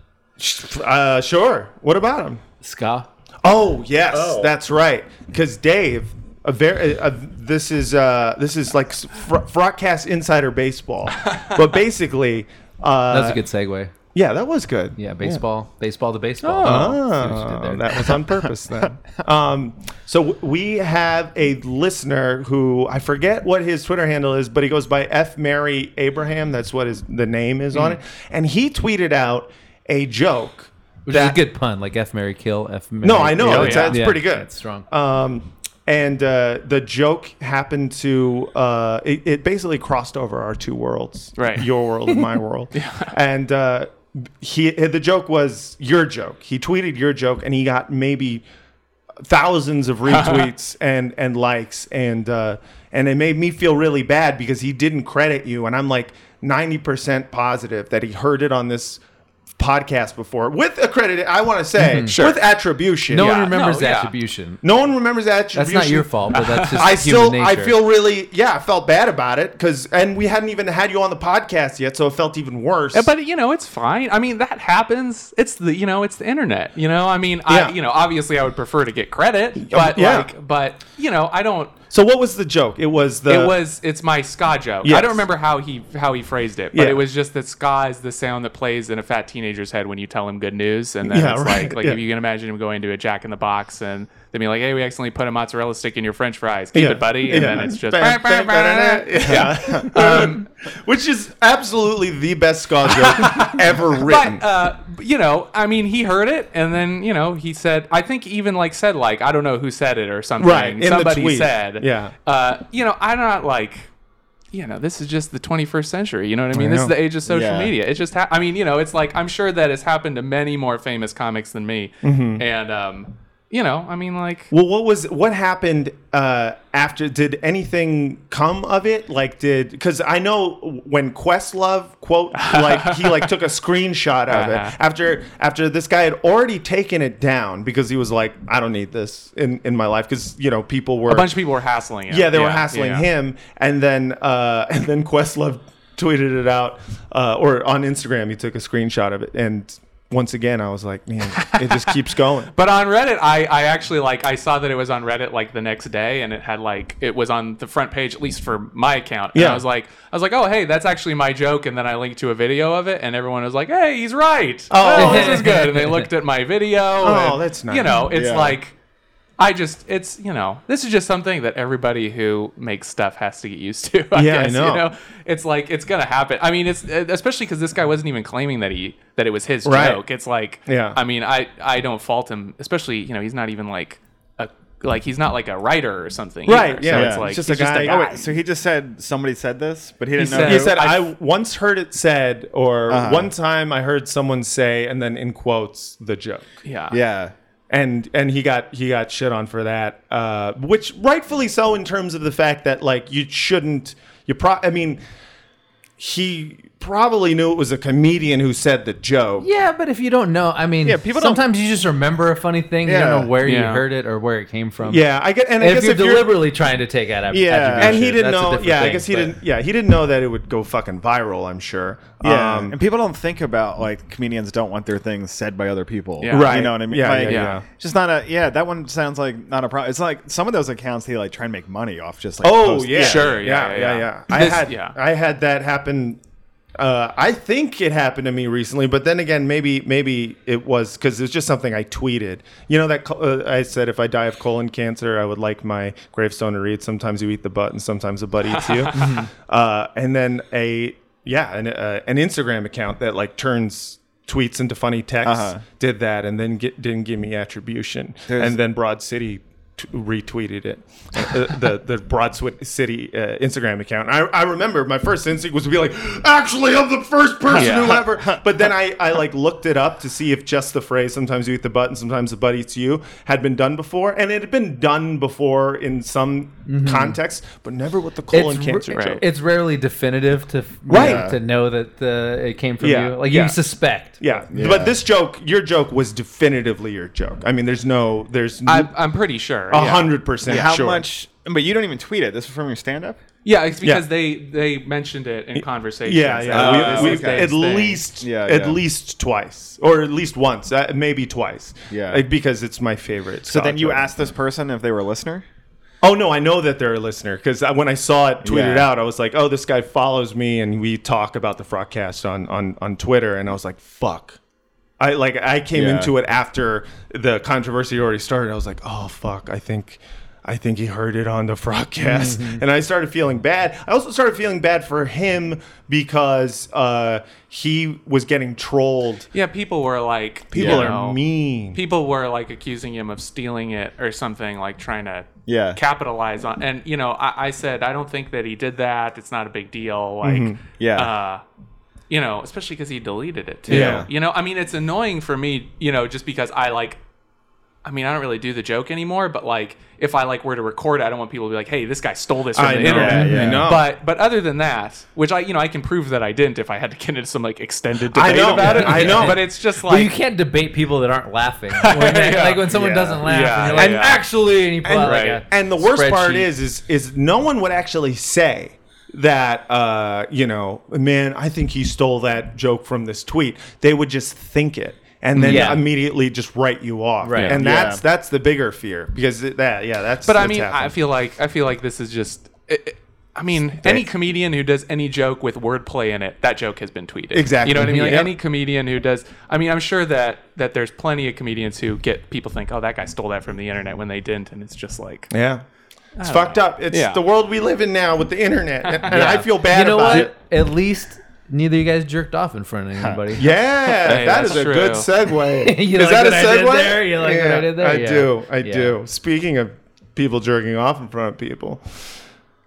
Uh, sure. What about him? Ska? Oh yes, that's right. Because Dave, a very uh, this is uh, this is like s- fr- broadcast insider baseball, but basically. Uh, That's a good segue. Yeah, that was good. Yeah, baseball, baseball to baseball. See what you did Oh, there. that was on [LAUGHS] purpose then. um, so w- we have a listener who I forget what his Twitter handle is, but he goes by F Mary Abraham. That's what his the name is Hmm. on it, and he tweeted out a joke. Which is a good pun, like F Mary Kill, F Mary. No, I know Kill. it's, uh, it's Yeah, pretty good. It's strong. Um, and uh, the joke happened to uh, it, it basically crossed over our two worlds, Right. Your world [LAUGHS] and my world. And uh, he the joke was your joke. He tweeted your joke, and he got maybe [LAUGHS] thousands of retweets and and likes, and uh, and it made me feel really bad because he didn't credit you, and I'm like ninety percent positive that he heard it on this podcast before with accredited i want to say with Mm-hmm. attribution no one Yeah. remembers No, yeah. attribution. No one remembers attribution. That's not your fault, but that's just I human still, nature. I feel really, yeah, I felt bad about it because, and we hadn't even had you on the podcast yet, so it felt even worse. Yeah, Uh, But you know, it's fine. I mean, that happens. It's the you know, it's the internet. You know, I mean, Yeah. I you know, obviously, I would prefer to get credit, but yeah. like, but you know, I don't. so what was the joke? It was the it was it's my ska joke. I Uh, Yes. don't remember how he how he phrased it, but Yeah. it was just that ska is the sound that plays in a fat teenager's head when you tell him good news, and then Yeah, it's right, like like yeah. if you can imagine him going to a Jack in the Box and they be like, hey, we accidentally put a mozzarella stick in your French fries, keep Yeah. it, buddy, and Yeah. then it's just Bam, bam, ba-da-da. Yeah. [LAUGHS] Um, which is absolutely the best ska [LAUGHS] joke ever written. But uh, you know, I mean, he heard it, and then you know, he said, I think even like said like I don't know who said it or something. Right, in the Somebody tweet. said, Yeah. Uh, you know, I'm not like. You know, this is just the 21st century. You know what I mean? I this is know. the age of social Yeah. media. It's just, ha- I mean, you know, it's like I'm sure that has happened to many more famous comics than me. Mm-hmm. And, um, you know, I mean, like, well, what was what happened uh, after? Did anything come of it? Like, did because I know when Questlove quote like he like took [LAUGHS] a screenshot of it Uh-huh. after after this guy had already taken it down because he was like, I don't need this in in my life because you know people were a bunch of people were hassling him. yeah, they were hassling yeah. him, and then uh, [LAUGHS] and then Questlove tweeted it out, uh, or on Instagram, he took a screenshot of it, and once again, I was like, man, it just keeps [LAUGHS] going. But on Reddit, I, I actually like I saw that it was on Reddit like the next day, and it had like it was on the front page at least for my account. And Yeah. I was like, I was like, oh hey, that's actually my joke, and then I linked to a video of it, and everyone was like, hey, he's right. [LAUGHS] Oh, this is good. And they looked at my video. Oh, that's nice. You know, it's Yeah. like. I just, it's, you know, this is just something that everybody who makes stuff has to get used to. [LAUGHS] I Yeah, I guess, know. You know, it's like, it's going to happen. I mean, it's, especially because this guy wasn't even claiming that he, that it was his Right. joke. It's like, Yeah. I mean, I I don't fault him, especially you know he's not even like a like he's not like a writer or something. either. Right, yeah, So it's it's like just a guy- oh, wait, so he just said somebody said this, but he didn't He know. said- He who? said, I, I- Uh-huh. once heard it said, or one time I heard someone say, and then in quotes, the joke. yeah. yeah. And and he got he got shit on for that, uh, which rightfully so in terms of the fact that like you shouldn't you pro I mean he probably knew it was a comedian who said the joke. Yeah, but if you don't know, I mean, Yeah, people don't- sometimes you just remember a funny thing. You Yeah. don't know where you Yeah. heard it or where it came from. Yeah, I get and I And if guess you're if you're deliberately trying to take out ab- Yeah. attribution, and he didn't that's a know. different Yeah, I thing, guess he but- didn't. Yeah, he didn't know that it would go fucking viral. I'm sure. Yeah, Um, and people don't think about like comedians don't want their things said by other people, Yeah. Right. You know what I mean? Yeah, Like, yeah, yeah. it's Just not a yeah. That one sounds like not a problem. It's like some of those accounts they like try and make money off just like Oh post- yeah, Sure, yeah, yeah, yeah, yeah. yeah, yeah. I This- had yeah. I had that happen. Uh, I think it happened to me recently, but then again, maybe maybe it was because it was just something I tweeted. You know that co- uh, I said if I die of colon cancer, I would like my gravestone to read. Sometimes you eat the butt, and sometimes the butt eats [LAUGHS] you. uh, and then a yeah, an, uh, an Instagram account that like turns tweets into funny texts Uh-huh. did that, and then get, didn't give me attribution, and then Broad City t- retweeted it. Uh, the the Broad Swi- City uh, Instagram account. I, I remember my first instinct was to be like, actually, I'm the first person who ever. But then I, I like looked it up to see if just the phrase "sometimes you eat the butt and sometimes the butt eats you" had been done before, and it had been done before in some context, but never with the colon it's, cancer ra- joke. it's rarely definitive to f- Right. to know that the it came from Yeah. you. Like Yeah. you suspect. yeah. but this joke, your joke was definitively your joke. I mean, there's no, there's n- I, I'm pretty sure. a yeah. hundred percent How sure. much? But you don't even tweet it. This is from your stand up. Yeah, it's because Yeah. they they mentioned it in Oh, conversation. Yeah, yeah. we, we, okay. At least, Yeah, at yeah. least twice, or at least once, uh, maybe twice. Yeah. Like, because it's my favorite. So then you asked. asked this person if they were a listener. Oh no, I know that they're a listener because when I saw it tweeted Yeah. out, I was like, "Oh, this guy follows me, and we talk about the Frogcast on on on Twitter." And I was like, "Fuck." I like I came Yeah. into it after the controversy already started. I was like, "Oh fuck, I think I think he heard it on the Frogcast." And I started feeling bad. I also started feeling bad for him because uh he was getting trolled. Yeah, people were like, People you are know, mean. People were like accusing him of stealing it or something, like trying to Yeah. capitalize on. And you know, I, I said I don't think that he did that. It's not a big deal. Like, Mm-hmm. Mhm. Yeah. uh, you know, especially because he deleted it too. Yeah. You know, I mean, it's annoying for me. You know, just because I like. I mean, I don't really do the joke anymore, but like, if I like were to record, it, I don't want people to be like, "Hey, this guy stole this from I the know, internet." I know. But but other than that, which I you know I can prove that I didn't if I had to get into some like extended I debate know, about it. I know. but it's just Well, you like can't debate people that aren't [LAUGHS] laughing. When they- Yeah. Like when someone Yeah. doesn't laugh, Yeah, and you're like, yeah. actually, and you pull and, out like a and the worst part spreadsheet. is is is no one would actually say that uh, you know man i think he stole that joke from this tweet they would just think it and then Yeah. immediately just write you off Right. and Yeah. that's that's the bigger fear because it- that yeah that's but I what's mean, I happened. feel like I feel like this is just. It, it- I mean, any comedian who does any joke with wordplay in it, that joke has been tweeted. Exactly. You know what I mean? Like Yeah. any comedian who does. I mean, I'm sure that that there's plenty of comedians who get people think, oh, that guy stole that from the internet when they didn't, and it's just like. yeah it's Oh. fucked up it's Yeah. the world we live in now with the [LAUGHS] internet and, and i Yeah. feel bad You know about what? it At least neither of you guys jerked off in front of anybody. [LAUGHS] yeah, Hey, that that's is a true. good segue. You is like that a what I did segue? there? You like what I did there? Yeah. do. I Yeah. do. Speaking of people jerking off in front of people,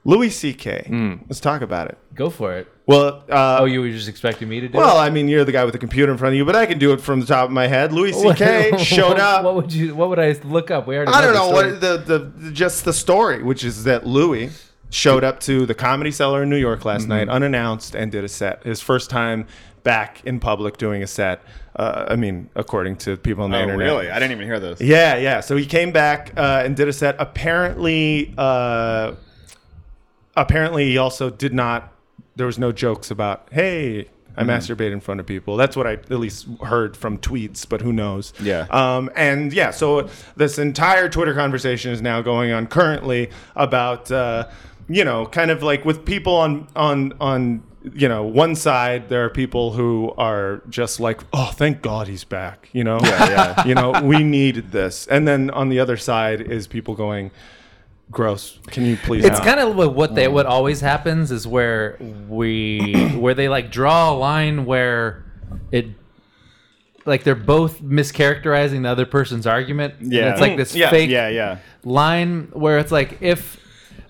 Louis C.K. Let's talk about it. Go for it. Well, uh, Hmm. Oh, you were just expecting me to do well, it? I mean, you're the guy with the computer in front of you, but I can do it from the top of my head. Louis C.K. showed up. [LAUGHS] What would you? What would I look up? We already. I don't know the what story. the, the the- just the story, which is that Louis showed up to the Comedy Cellar in New York last Mm-hmm. night unannounced and did a set. His first time back in public doing a set. Uh, I mean, according to people on the Oh, internet. really? I didn't even hear this. Yeah, yeah. So he came back uh, and did a set. Apparently, uh, apparently he also did not. There was no jokes about hey. I masturbate in front of people. That's what I at least heard from tweets, but who knows? Yeah. Um, and yeah, so this entire Twitter conversation is now going on currently about uh, you know, kind of like with people on on on you know one side, there are people who are just like, oh, thank God he's back. You know, [LAUGHS] you know, we needed this. And then on the other side is people going, gross. Can you please? It's not?" kind of what- what they what always happens is where [COUGHS] we where they like draw a line where it like they're both mischaracterizing the other person's argument. And Yeah. it's like this Mm, Yeah, fake yeah, yeah. line where it's like if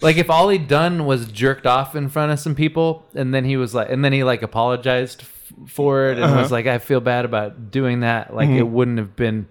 like if all he'd done was jerked off in front of some people and then he was like and then he like apologized f- for it and Uh-huh. was like I feel bad about doing that like it wouldn't have been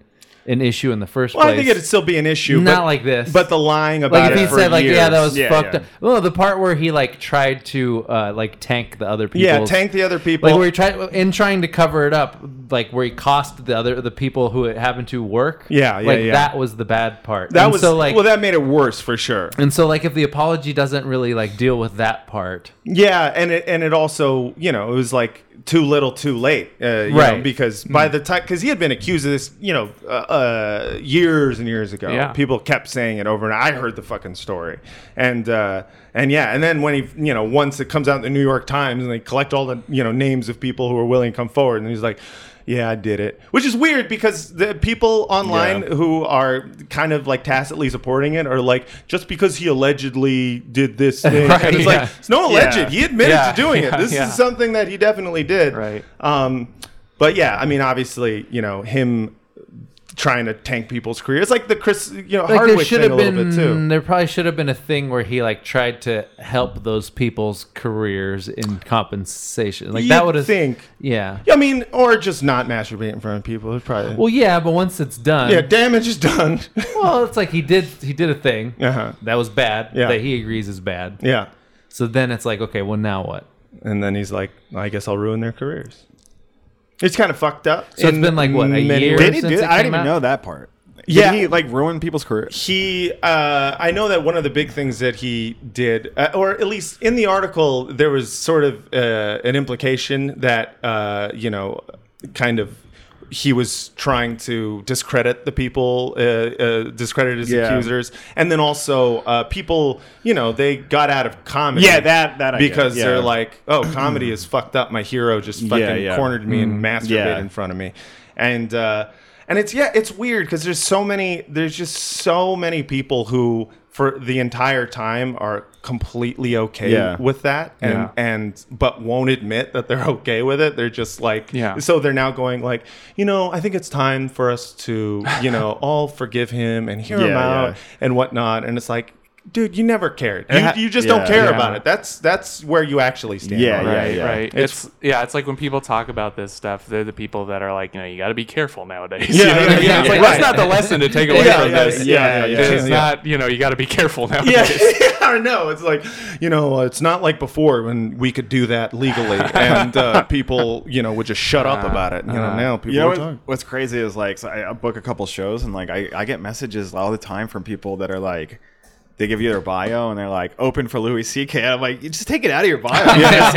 an issue in the first Mm-hmm. Well, place. I think it'd still be an issue. Not but- like this. But the lying about like if it he for said like yeah that years. was Yeah, fucked yeah. up well the part where he like tried to uh like tank the other people yeah, tank the other people. like where he tried in trying to cover it up like where he cost the other the people who it happened to work Yeah, yeah, like yeah. that was the bad part that And was so like well, that made it worse for sure. and so like if the apology doesn't really like deal with that part Yeah, and it and it also you know it was like too little, too late, uh, you know, Right. because Mm. by the time because he had been accused of this, you know, uh, uh, years and years ago, Yeah. people kept saying it over, and I heard the fucking story, and uh, and yeah, and then when he you know once it comes out in the New York Times and they collect all the you know names of people who are willing to come forward, and he's like. Yeah, I did it, which is weird because the people online Yeah. who are kind of like tacitly supporting it are like, just because he allegedly did this thing, [LAUGHS] Right, and it's yeah. like it's no alleged. Yeah. He admitted Yeah. [LAUGHS] to doing it. Yeah, Oh, This yeah. is something that he definitely did. Right. Um, but yeah, I mean, obviously, you know, him trying to tank people's career. It's like the Chris, you know, like there Hardwick should thing have a been little bit too. there probably should have been a thing where he like tried to help those people's careers in compensation like that You'd would have think. yeah I mean, or just not masturbate in front of people. It's probably well yeah but once it's done yeah, damage is done. [LAUGHS] Well, it's like he did he did a thing Uh-huh. that was bad Yeah. that he agrees is bad. yeah, So then it's like, okay, well now what? and then he's like, I guess I'll ruin their careers. It's kind of fucked up. So it's in been like, what, a many year? ways. Did he Since do? it I came didn't even out? know that part. Yeah. Did he like ruin people's careers? he uh, i know that one of the big things that he did uh, or at least in the article there was sort of uh, an implication that uh, you know kind of he was trying to discredit the people, uh, uh, discredit his Yeah. accusers, and then also uh, people, you know, they got out of comedy. Yeah, that- that I get, because yeah. they're like, oh, comedy is fucked up. My hero just fucking Yeah, yeah. cornered me and masturbated Yeah. in front of me, and uh, and it's yeah, it's weird because there's so many, there's just so many people who for the entire time are completely okay Yeah. with that and Yeah. and but won't admit that they're [LAUGHS] okay with it they're just like Yeah. so they're now going like, you know, I think it's time for us to, you know, [LAUGHS] all forgive him and hear him Yeah, out yeah. and whatnot. And it's like, dude, you never cared. ha- You, you just don't yeah, care yeah. about it. That's that's where you actually stand. Yeah, on it. yeah, right, yeah. right. It's- It's, yeah, it's like when people talk about this stuff, they're the people that are like, you know, you got to be careful nowadays. [LAUGHS] Yeah, you know what yeah, I mean? yeah, It's like, yeah. That's not the lesson to take [LAUGHS] away Yeah, from yeah, this. yeah, yeah, yeah, it's yeah. not, you know, you got to be careful nowadays. [LAUGHS] Yeah, or no, it's like you know, uh, it's not like before when we could do that legally, and uh, people, you know, would just shut up about it. You know, now people You know are what- talking. what's crazy is like so I, I book a couple shows and like I, I get messages all the time from people that are like they give you their bio and they're like open for Louis C.K. I'm like you just take it out of your [LAUGHS] bio. It's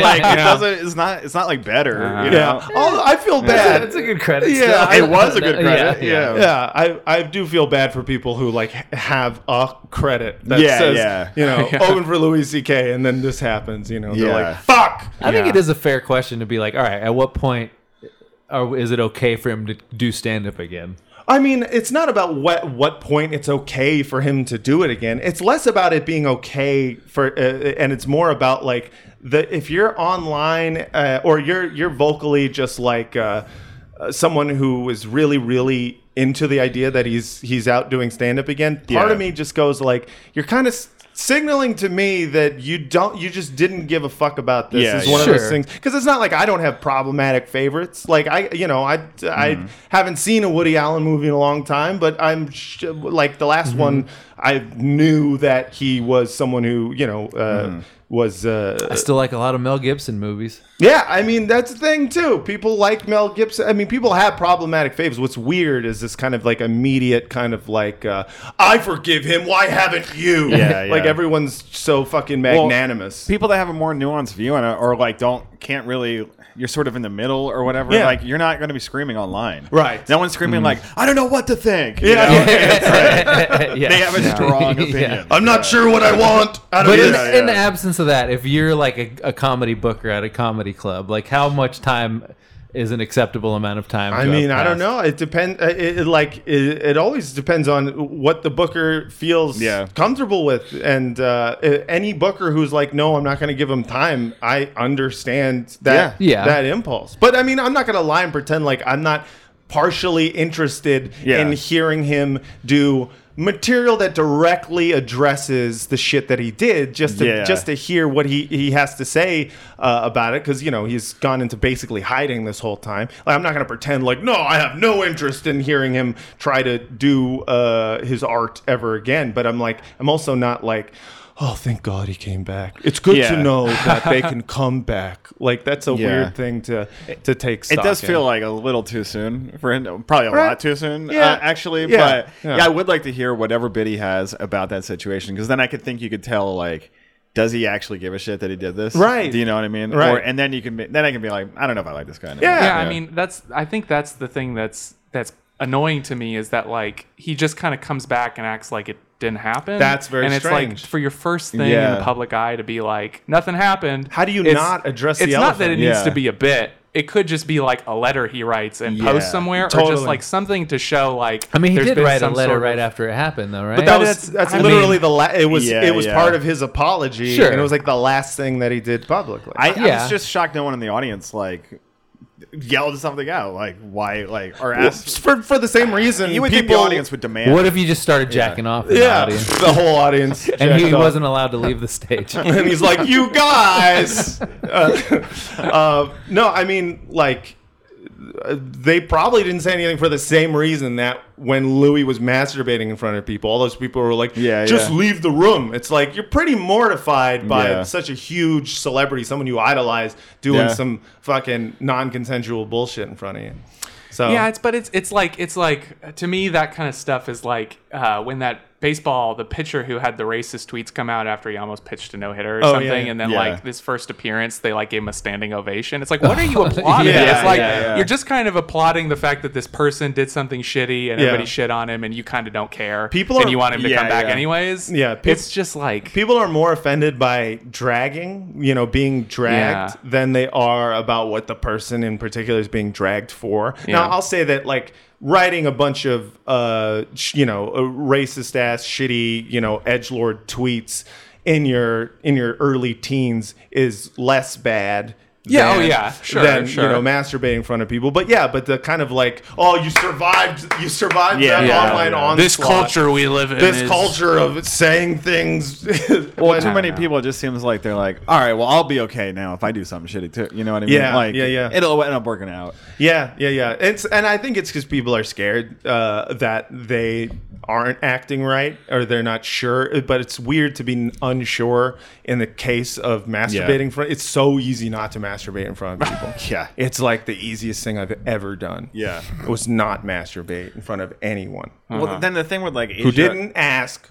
[LAUGHS] like [LAUGHS] it doesn't. It's not. It's not like better. you know? Yeah, Oh, I feel bad. That's a good credit. Yeah, still. it was a good credit, yeah. yeah I, I do feel bad for people who like h- have a credit that Yeah, says yeah. you know Yeah. open for louis ck and then this happens you know they're Yeah. like fuck I think Yeah. it is a fair question to be like, all right, at what point are, is it okay for him to do stand up again? i mean it's not about what what point it's okay for him to do it again it's less about it being okay for uh, and it's more about like the if you're online uh, or you're you're vocally just like uh, uh, someone who is really really into the idea that he's he's out doing stand up again part Yeah. of me just goes like you're kind of signaling to me that you don't you just didn't give a fuck about this Yeah, is yeah. one of those Sure. things because it's not like i don't have problematic favorites like i you know i i Mm-hmm. haven't seen a woody allen movie in a long time but i'm sh- like the last Mm-hmm. one i knew that he was someone who you know uh, Mm-hmm. was uh, I still like a lot of Mel Gibson movies. [LAUGHS] yeah, I mean that's the thing too. People like Mel Gibson. I mean, people have problematic faves. What's weird is this kind of like immediate kind of like uh, I forgive him. Why haven't you? [LAUGHS] Yeah, like yeah. everyone's so fucking Well, magnanimous. people that have a more nuanced view on it or like don't can't really you're sort of in the middle or whatever Yeah. like you're not going to be screaming online Right. Mm. no one's screaming like i don't know what to think Yeah. yeah. they have a [LAUGHS] strong opinion I'm not sure what I want. Out of But in, this. Yeah, in the yeah. absence of that, if you're like a, a comedy booker at a comedy club, like how much time is an acceptable amount of time? I to mean, have I passed? don't know. It depends. It, it like it, it always depends on what the booker feels Yeah. comfortable with, and uh, a- any booker who's like, "No, I'm not going to give him time." I understand that Yeah. Yeah. that impulse, but I mean, I'm not going to lie and pretend like I'm not partially interested Yeah. in hearing him do material that directly addresses the shit that he did just to Yeah. just to hear what he, he has to say uh, about it because you know he's gone into basically hiding this whole time. Like, I'm not going to pretend like no, I have no interest in hearing him try to do uh, his art ever again. But I'm like, I'm also not like, oh, thank God he came back. It's good Yeah. to [LAUGHS] know that they can come back. Like that's a Yeah. weird thing to to take. it Stock does in. feel like a little too soon for him probably a Right. lot too soon Yeah. uh, actually Yeah. but Yeah. yeah. i would like to hear whatever bit he has about that situation because then i could think you could tell like does he actually give a shit that he did this Right. do you know what i mean Right. or, and then you can be, then i can be like i don't know if i like this guy anymore. Yeah. yeah, I mean, that's. I think that's the thing that's that's annoying to me is that like he just kind of comes back and acts like it didn't happen. That's very and it's strange. like for your first thing in Yeah. the public eye to be like nothing happened. How do you it's- not address the It's not that it elephant? needs Yeah. to be a bit. It could just be like a letter he writes and Yeah, posts somewhere, or totally. just like something to show like. I mean, he there's did been write a some letter sort of- right after it happened, though, right? But that was that's- that's I literally mean- the la- it was Yeah, it was yeah. part of his apology Sure. and it was like the last thing that he did publicly. I, I Yeah. was just shocked no one in the audience like yelled something out like why like or asked. for for the same reason you would people think the audience would demand. what if you just started jacking off in the yeah [LAUGHS] audience? the whole audience And he jacked off. wasn't allowed to leave the [LAUGHS] stage. and he's like you guys uh, uh, no I mean like uh, they probably didn't say anything for the same reason that when Louis was masturbating in front of people all those people were like Yeah, just yeah. leave the room it's like you're pretty mortified by Yeah. such a huge celebrity someone you idolize doing Yeah. some fucking non-consensual bullshit in front of you so Yeah, it's but it's it's like it's like to me that kind of stuff is like uh, when that baseball, the pitcher who had the racist tweets come out after he almost pitched a no hitter or Oh, yeah, something, yeah. and then Yeah. like this first appearance, they like gave him a standing ovation. It's like, what [LAUGHS] are you applauding? Yeah, it's like yeah, yeah. you're just kind of applauding the fact that this person did something shitty and Yeah. everybody shit on him, and you kind of don't care. People and are- you want him to yeah, come back yeah. anyways. Yeah, peop- it's just like People are more offended by dragging, you know, being dragged Yeah. than they are about what the person in particular is being dragged for. Yeah. Now, I'll say that like writing a bunch of uh, sh- you know, racist ass, shitty, you know, edge lord tweets in your in your early teens is less bad. Yeah, oh, than- yeah, sure, than sure. you know masturbating in front of people, but yeah, but the kind of like, oh, you survived, you survived that online on this culture we live in. this is- culture of saying things. [LAUGHS] Well, when- too many people it just seems like they're like, all right, well, I'll be okay now if I do something shitty too. You know what I mean? Yeah, like, yeah, yeah. It'll end up working out. Yeah, yeah, yeah. It's and I think it's because people are scared uh, that they aren't acting right or they're not sure. But it's weird to be unsure in the case of masturbating. in Front, it's so easy not to masturbate in front of people. [LAUGHS] Yeah. it's like the easiest thing I've ever done. Yeah. Oh, was not masturbate in front of anyone Well, then the thing with like Asia, Uh-huh. who didn't Oh, ask.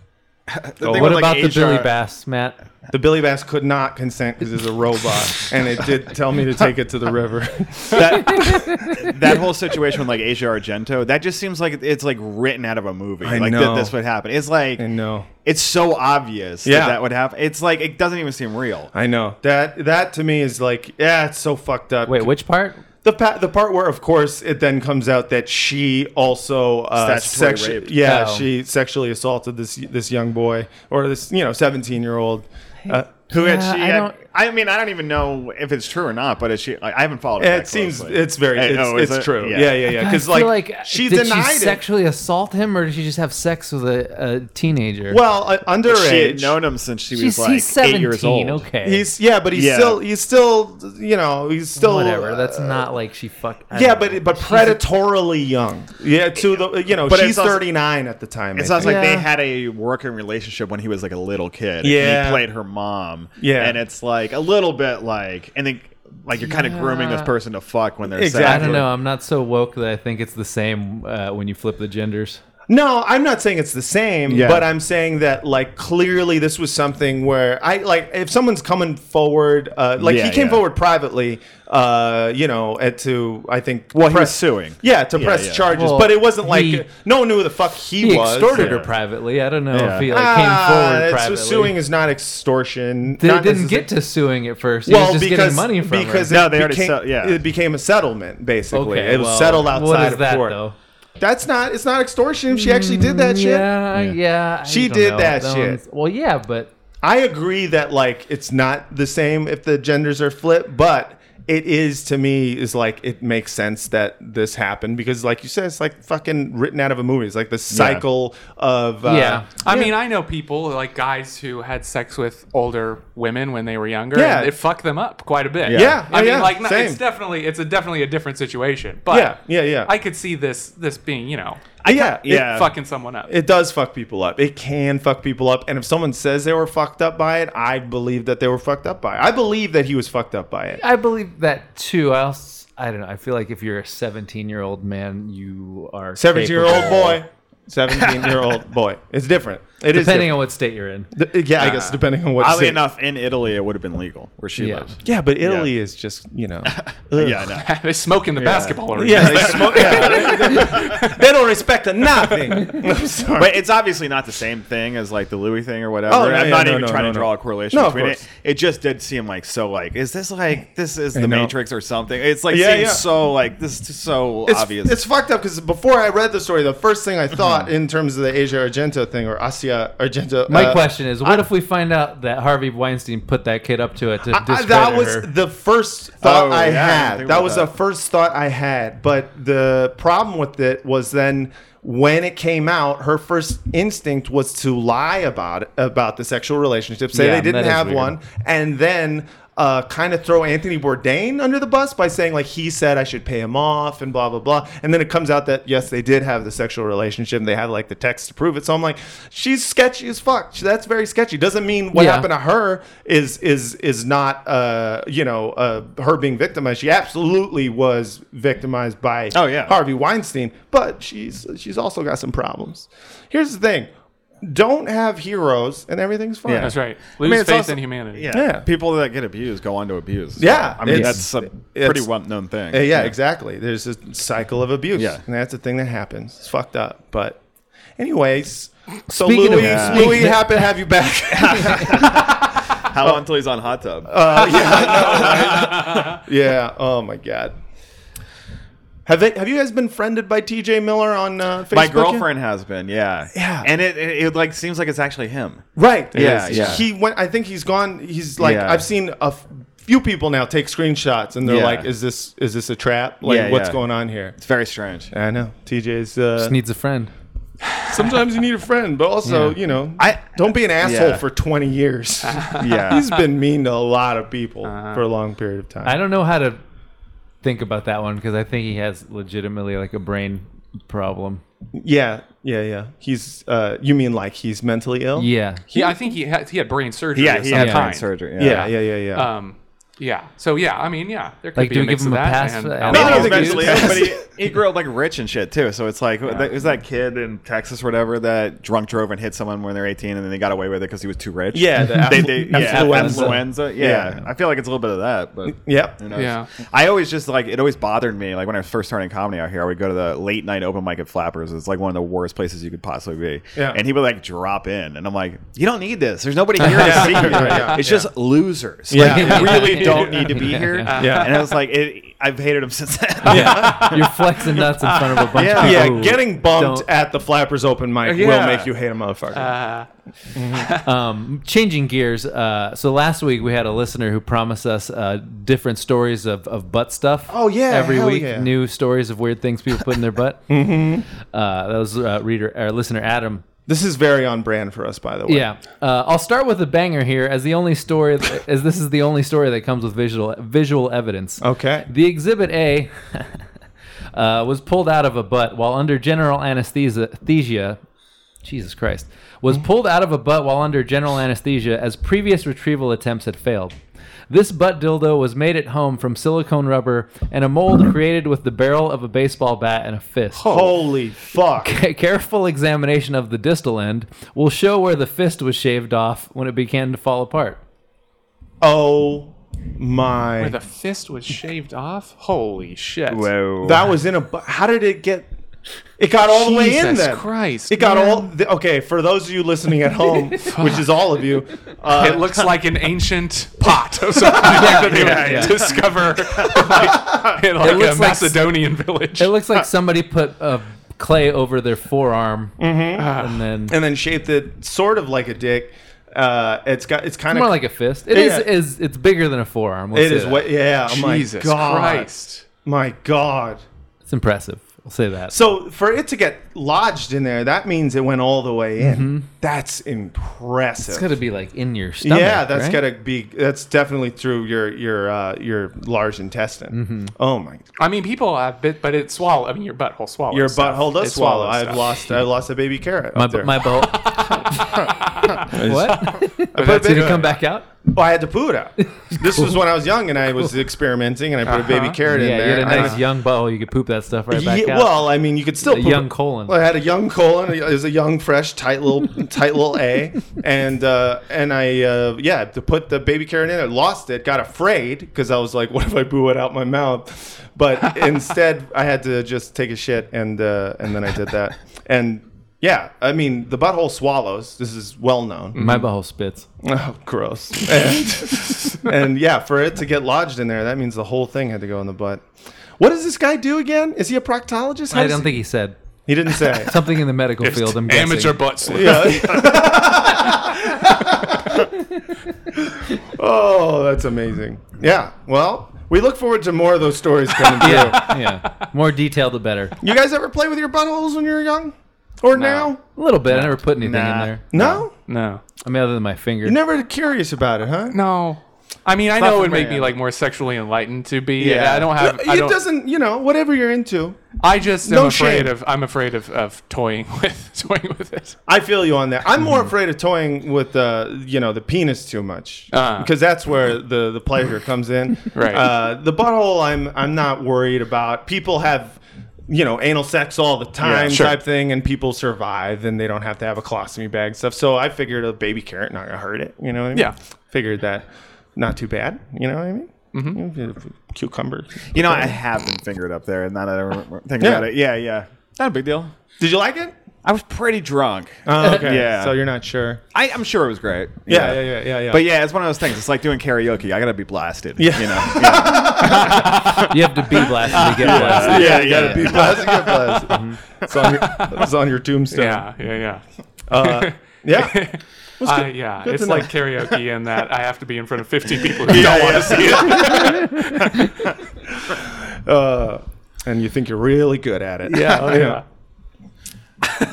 The thing What with, like, about the Asia- Billy Bass, Matt? The Billy Bass could not consent because it's a robot, and it did tell me to take it to the river. [LAUGHS] that, that whole situation with like Asia Argento, that just seems like it's like written out of a movie. I like know. that this would happen. It's like I know. it's so obvious Yeah. that that would happen. It's like it doesn't even seem Uh, real. I know that that to me is like yeah, it's so fucked up. Wait, which part? the pa- the part where of course it then comes out that she also uh, Statutory sexu- raped. yeah Oh. she sexually assaulted this this young boy or this you know seventeen year old. Uh, Who had Yeah, she? I had- don't- I mean, I don't even know if it's true or not. But is she? Like, I haven't followed. it that seems closely. it's very I- it's, oh, is it's it? true yeah yeah yeah because I like, feel uh, she did denied she it. sexually assault him, or did she just have sex with a, a teenager? well uh, She had underage known him since she she's, was like he's seventeen. eight years old. Okay, he's yeah but he's Yeah. still he's still you know he's still whatever. That's uh, not like she fucked. I yeah, don't know. but but predatorily young. Yeah, to the you know, But she's it's also- thirty nine at the time. I It sounds think. like Yeah. they had a working relationship when he was like a little kid. and Yeah. he played her mom. Yeah. and it's like a little bit like and then like you're kind of grooming this Yeah. person to fuck when they're Exactly. I seven. don't know. I'm not so woke that I think it's the same uh, when you flip the genders. No, I'm not saying it's the same, Yeah. but I'm saying that like clearly this was something where I like if someone's coming forward, uh, like Yeah, he came yeah. forward privately, uh, you know, at, to I think Well, he was suing. yeah, to Yeah, press yeah. charges, Well, but it wasn't like he- no one knew who the fuck he, He was. extorted yeah. her privately. I don't know Yeah. if he like, Ah, came forward it's- privately. suing is not extortion. they not didn't necessar- get to suing at first. He well was just because getting money from because her. it No, they already became, sell- yeah. it became a settlement basically. okay, it was well, settled outside what is of that, court. Though? Mm, That's not it's not extortion. If she actually did that shit. Yeah, yeah. I She don't did know. that shit. one's- Well, yeah, but I agree that like it's not the same if the genders are flipped, but it is to me is like it makes sense that this happened because like you said, it's like fucking written out of a movie. It's like the cycle of uh, Yeah. I mean, I know people like guys who had sex with older women when they were younger. Yeah. and it fucked them up quite a bit. Yeah. I Oh, mean, yeah. like no, Same. it's definitely it's a definitely a different situation. But Yeah. Yeah, yeah. I could see this this being you know yeah it- yeah. fucking someone up. [LAUGHS] It does fuck people up. It can fuck people up. And if someone says they were fucked up by it, I believe that they were fucked up by it. I believe that he was fucked up by it. I believe that too. I also, I don't know. I feel like if you're a 17 year old man, you are 17 year old capable- boy. 17 year [LAUGHS] old boy. It's different. It is Depending different. on what state you're in, Th- yeah, I guess depending on what Oddly city. enough, in Italy, it would have been legal where she Yeah. lives. Yeah, but Italy is just, you [LAUGHS] know. ugh. Yeah, I know. They're smoking the basketball arena. Yeah, they, smoke, [LAUGHS] they don't respect [LAUGHS] nothing. I'm sorry. But it's obviously not the same thing as like the Louis thing or whatever. Oh, no, I'm yeah, not no, even no, trying no, to no. draw a correlation No, of between it. course. It just did seem like so like is this like this is I the know. Matrix or something? It's like Yeah, seems yeah. so like this is so it's, obvious. it's fucked up because before I read the story, the first thing I thought in terms of the Asia Argento thing or Asia Argento. my uh, question is: What if we find out that Harvey Weinstein put that kid up to it to I- I- discredit that was her? the first thought I Oh, yeah, I didn't had. think That about was that. the first thought I had. But the problem with it was then when it came out, her first instinct was to lie about it, about the sexual relationship, say Yeah, they didn't that is have weird. one, and then. Uh, kind of throw Anthony Bourdain under the bus by saying like he said I should pay him off and blah blah blah, and then it comes out that yes they did have the sexual relationship and they have like the text to prove it. So I'm like, she's sketchy as fuck. That's very sketchy. Doesn't mean what Yeah. happened to her is is is not uh you know uh her being victimized she absolutely was victimized by Oh, yeah. harvey weinstein but she's she's also got some problems here's the thing don't have heroes and everything's fine. Yeah. That's right. Lose it's faith in humanity. Yeah. Yeah. People that get abused go on to abuse. So, Yeah, I mean, it's- that's a it's- pretty well known thing. Uh, yeah, exactly. There's a cycle of abuse. Yeah. And that's a thing that happens. It's fucked up. But anyways, so Speaking of- Louis, Yeah. Louis, [LAUGHS] speaking- happy to have you back. [LAUGHS] How long until he's on hot tub? uh, yeah. Oh my god. Have they, have you guys been friended by TJ Miller on uh, Facebook? My yet? girlfriend has been, yeah. Yeah. And it, it, it like seems like it's actually him. Right. Yeah, Yes. yeah. He went. I think he's gone. He's like Yeah. I've seen a f- few people now take screenshots and they're Yeah. like, "Is this is this a trap? Like, Yeah, what's yeah. going on here?" It's very strange. I know TJ's. Uh, Just needs a friend. sometimes you need a friend, but also you know, I- don't be an asshole Yeah. for twenty years. [LAUGHS] Yeah. [LAUGHS] Uh-huh. he's been mean to a lot of people for a long period of time. I don't know how to think about that one because I think he has legitimately like a brain problem. yeah, yeah, yeah. He's. Uh, you mean like he's mentally ill? Yeah. He, I think he had he had brain surgery. Yeah, of he some had Yeah. brain kind. surgery. Yeah, yeah, yeah, yeah. Um, yeah. So yeah, I mean, yeah, there could Like, be do a we mix give him of a that. pass and for that? Alabama. No, I don't He's think he mentally does. ill, but he, he grew up like rich and shit too. So it's like it was that kid in Texas or whatever that drunk drove and hit someone when they were 18 and then they got away with it because he was too rich. Yeah, the they, afflu- they, yeah, [LAUGHS] influenza. influenza. Yeah. Yeah. I feel like it's a little bit of that, but Yep. who knows? Yeah. I always just like it always bothered me. Like when I was first starting comedy out here, I would go to the late night open mic at Flappers. It's like one of the worst places you could possibly be. Yeah. And he would like drop in, and I'm like, you don't need this. [LAUGHS] There's nobody here to see you. Yeah. It's just losers. Yeah. Like, you Yeah. [LAUGHS] really don't need to be here. Yeah. And I was like, it, I've hated him since [LAUGHS] then. You're flexing nuts in front of a bunch Yeah. of people. Yeah, who getting bumped don't- at the Flappers open mic will Yeah. make you hate a motherfucker. Um, changing gears. Uh, so last week we had a listener who promised us uh, different stories of, of butt stuff. Oh, yeah, every hell week yeah. new stories of weird things people put in their [LAUGHS] butt. mm-hmm. uh, that was uh, reader or listener Adam. this is very on brand for us, by the way. Yeah, uh, I'll start with a banger here, as the only story, as this is the only story that comes with visual visual evidence. Okay. The exhibit A [LAUGHS] uh, was pulled out of a butt while under general anesthesia. anesthesia- Jesus Christ. Was pulled out of a butt while under general anesthesia as previous retrieval attempts had failed. This butt dildo was made at home from silicone rubber and a mold created with the barrel of a baseball bat and a fist. Holy fuck. A careful examination of the distal end will show where the fist was shaved off when it began to fall apart. Oh my. Where the fist was shaved off. Holy shit! Whoa. that was in a. bu- How did it get? It got all the way in Jesus then. Christ, It got man. all. The, okay, for those of you listening [LAUGHS] at home, which is all of you, uh, It looks like an ancient [LAUGHS] pot [LAUGHS] of something that they would discover like, in like looks like- a Macedonian village. It looks like somebody put uh, clay over their forearm and then and then shaped it sort of like a dick. Uh, it's got. It's kind more of like a fist. It is Yeah. is it's bigger than a forearm. let's It say is that. what. Yeah. Oh my Jesus God. Christ! My God. it's impressive. I'll say that. So for it to get lodged in there, that means it went all the way in. That's impressive. Mm-hmm. it's got to be like in your stomach. yeah, that's right? gotta be. That's definitely through your your uh, your large intestine. Mm-hmm. Oh my! I mean, people have bit, but it swallow. I mean, your butthole swallows. Your stuff. butthole It does swallow. swallows I've stuff. lost. I lost a baby carrot. my up there. my [LAUGHS] bowl. [LAUGHS] what? I put a [LAUGHS] that's Did baby, it come back out? Oh, I had to poo [LAUGHS] it out. This was when I was young and I was experimenting and I put a baby Uh-huh. carrot Yeah, in you there. had a nice I- young bowl. You could poop that stuff right back Ye- out. well, I mean, you could still A poop young it. colon. Well, I had a young colon. It was a young, fresh, [LAUGHS] tight little, tight little A, and uh, and I uh, yeah to put the baby carrot in. I lost it, got afraid because I was like, what if I blew it out my mouth? [LAUGHS] But instead, I had to just take a shit, and uh, and then I did that, and yeah, I mean, the butthole swallows. This is well known. my butthole spits. [LAUGHS] Oh, gross. And, and yeah, for it to get lodged in there, that means the whole thing had to go in the butt. What does this guy do again? Is he a proctologist? How I does don't he, think he said he didn't [LAUGHS] say. [LAUGHS] something in the medical field. I'm guessing. Amateur butt slip. yeah. oh, that's amazing. Yeah. Well, we look forward to more of those stories [LAUGHS] coming through. Yeah, yeah. More detail, the better. You guys ever play with your buttholes when you were young? Or now? A little bit. I never put anything in Nah. there. No? No, I mean, other than my finger. You're never curious about it, huh? no. I mean, I know it for would make me. me like more sexually enlightened to be. Yeah, I don't have. I It don't, doesn't, you know, whatever you're into. I just am No afraid shame. of. I'm afraid of, of toying [LAUGHS] with toying with it. I feel you on that. I'm Mm-hmm. more afraid of toying with the you know the penis too much Uh. Ah. because that's where the the [LAUGHS] pleasure comes in. Right. Uh, the butthole, I'm I'm not worried about. People have you know, anal sex all the time Yeah, sure. type thing, and people survive and they don't have to have a colostomy bag and stuff. So I figured a baby carrot not gonna hurt it. You know what I mean? Yeah. Figured that not too bad. You know what I mean? Mm-hmm. Cucumber. You know, I have been fingered up there, and now that I remember, think Yeah. about it, yeah, yeah, not a big deal. Did you like [LAUGHS] it? I was pretty drunk. Oh, okay. Yeah. So you're not sure. I, I'm sure it was great. Yeah, yeah, yeah, yeah, yeah. But yeah, it's one of those things. It's like doing karaoke. I gotta be blasted. Yeah. [LAUGHS] you know. Yeah, You have to be blasted to get blasted. yeah, you gotta be blessed. Get [LAUGHS] blessed. Mm-hmm. it's, on your, it's on your tombstone. Yeah, yeah, yeah. Uh, yeah. [LAUGHS] Uh, yeah, good it's to know. like karaoke in that I have to be in front of 15 [LAUGHS] people who don't yeah. want to see it. Uh, and you think you're really good at it. Yeah, yeah.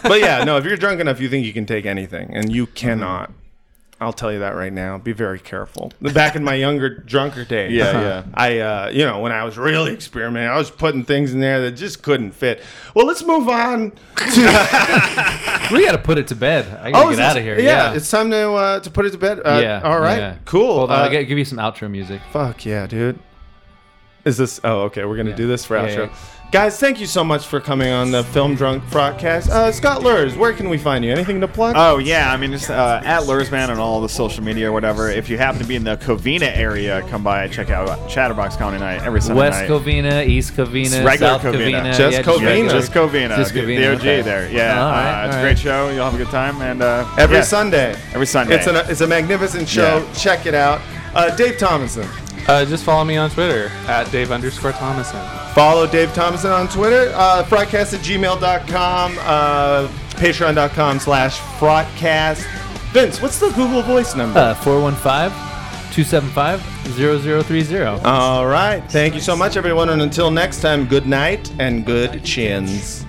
[LAUGHS] but yeah, no, if you're drunk enough, you think you can take anything, and you cannot. I'll tell you that right now. Be very careful. Back in my younger, drunker days, Yeah, yeah. I, uh, you know, when I was really experimenting, I was putting things in there that just couldn't fit. Well, let's move on. We got to put it to bed. I got to get it's- out of here. Yeah. it's time to uh, to put it to bed. Uh, Yeah, all right, yeah. cool. Hold on, Uh, I'll get- give you some outro music. Fuck yeah, dude. Is this? Oh, okay. We're gonna do this for Yeah, outro. yeah. Guys, thank you so much for coming on the Film Drunk Broadcast. Uh, Scott Lurs, where can we find you? Anything to plug? Oh yeah, I mean just uh, at Lursman on all the social media or whatever. If you happen to be in the Covina area, come by and check out Chatterbox County Night every Sunday West night. Covina, East Covina, Regular South Covina. Covina. Just Covina. Yeah, just Covina, Just the- Covina, the OG okay. there. Yeah, All right, uh, it's all right. a great show. You'll have a good time, and uh, every yeah. Sunday. Every Sunday. It's a it's a magnificent show. Yeah. Check it out. Uh, Dave Thomason. Uh, just follow me on Twitter at Dave underscore Thomason. Follow Dave Thomason on Twitter, uh, broadcast at gmail.com, uh, patreon.com slash broadcast. Vince, what's the Google Voice number? Uh, 415-275-0030. All right. Thank you so much, everyone. And until next time, good night and good chins.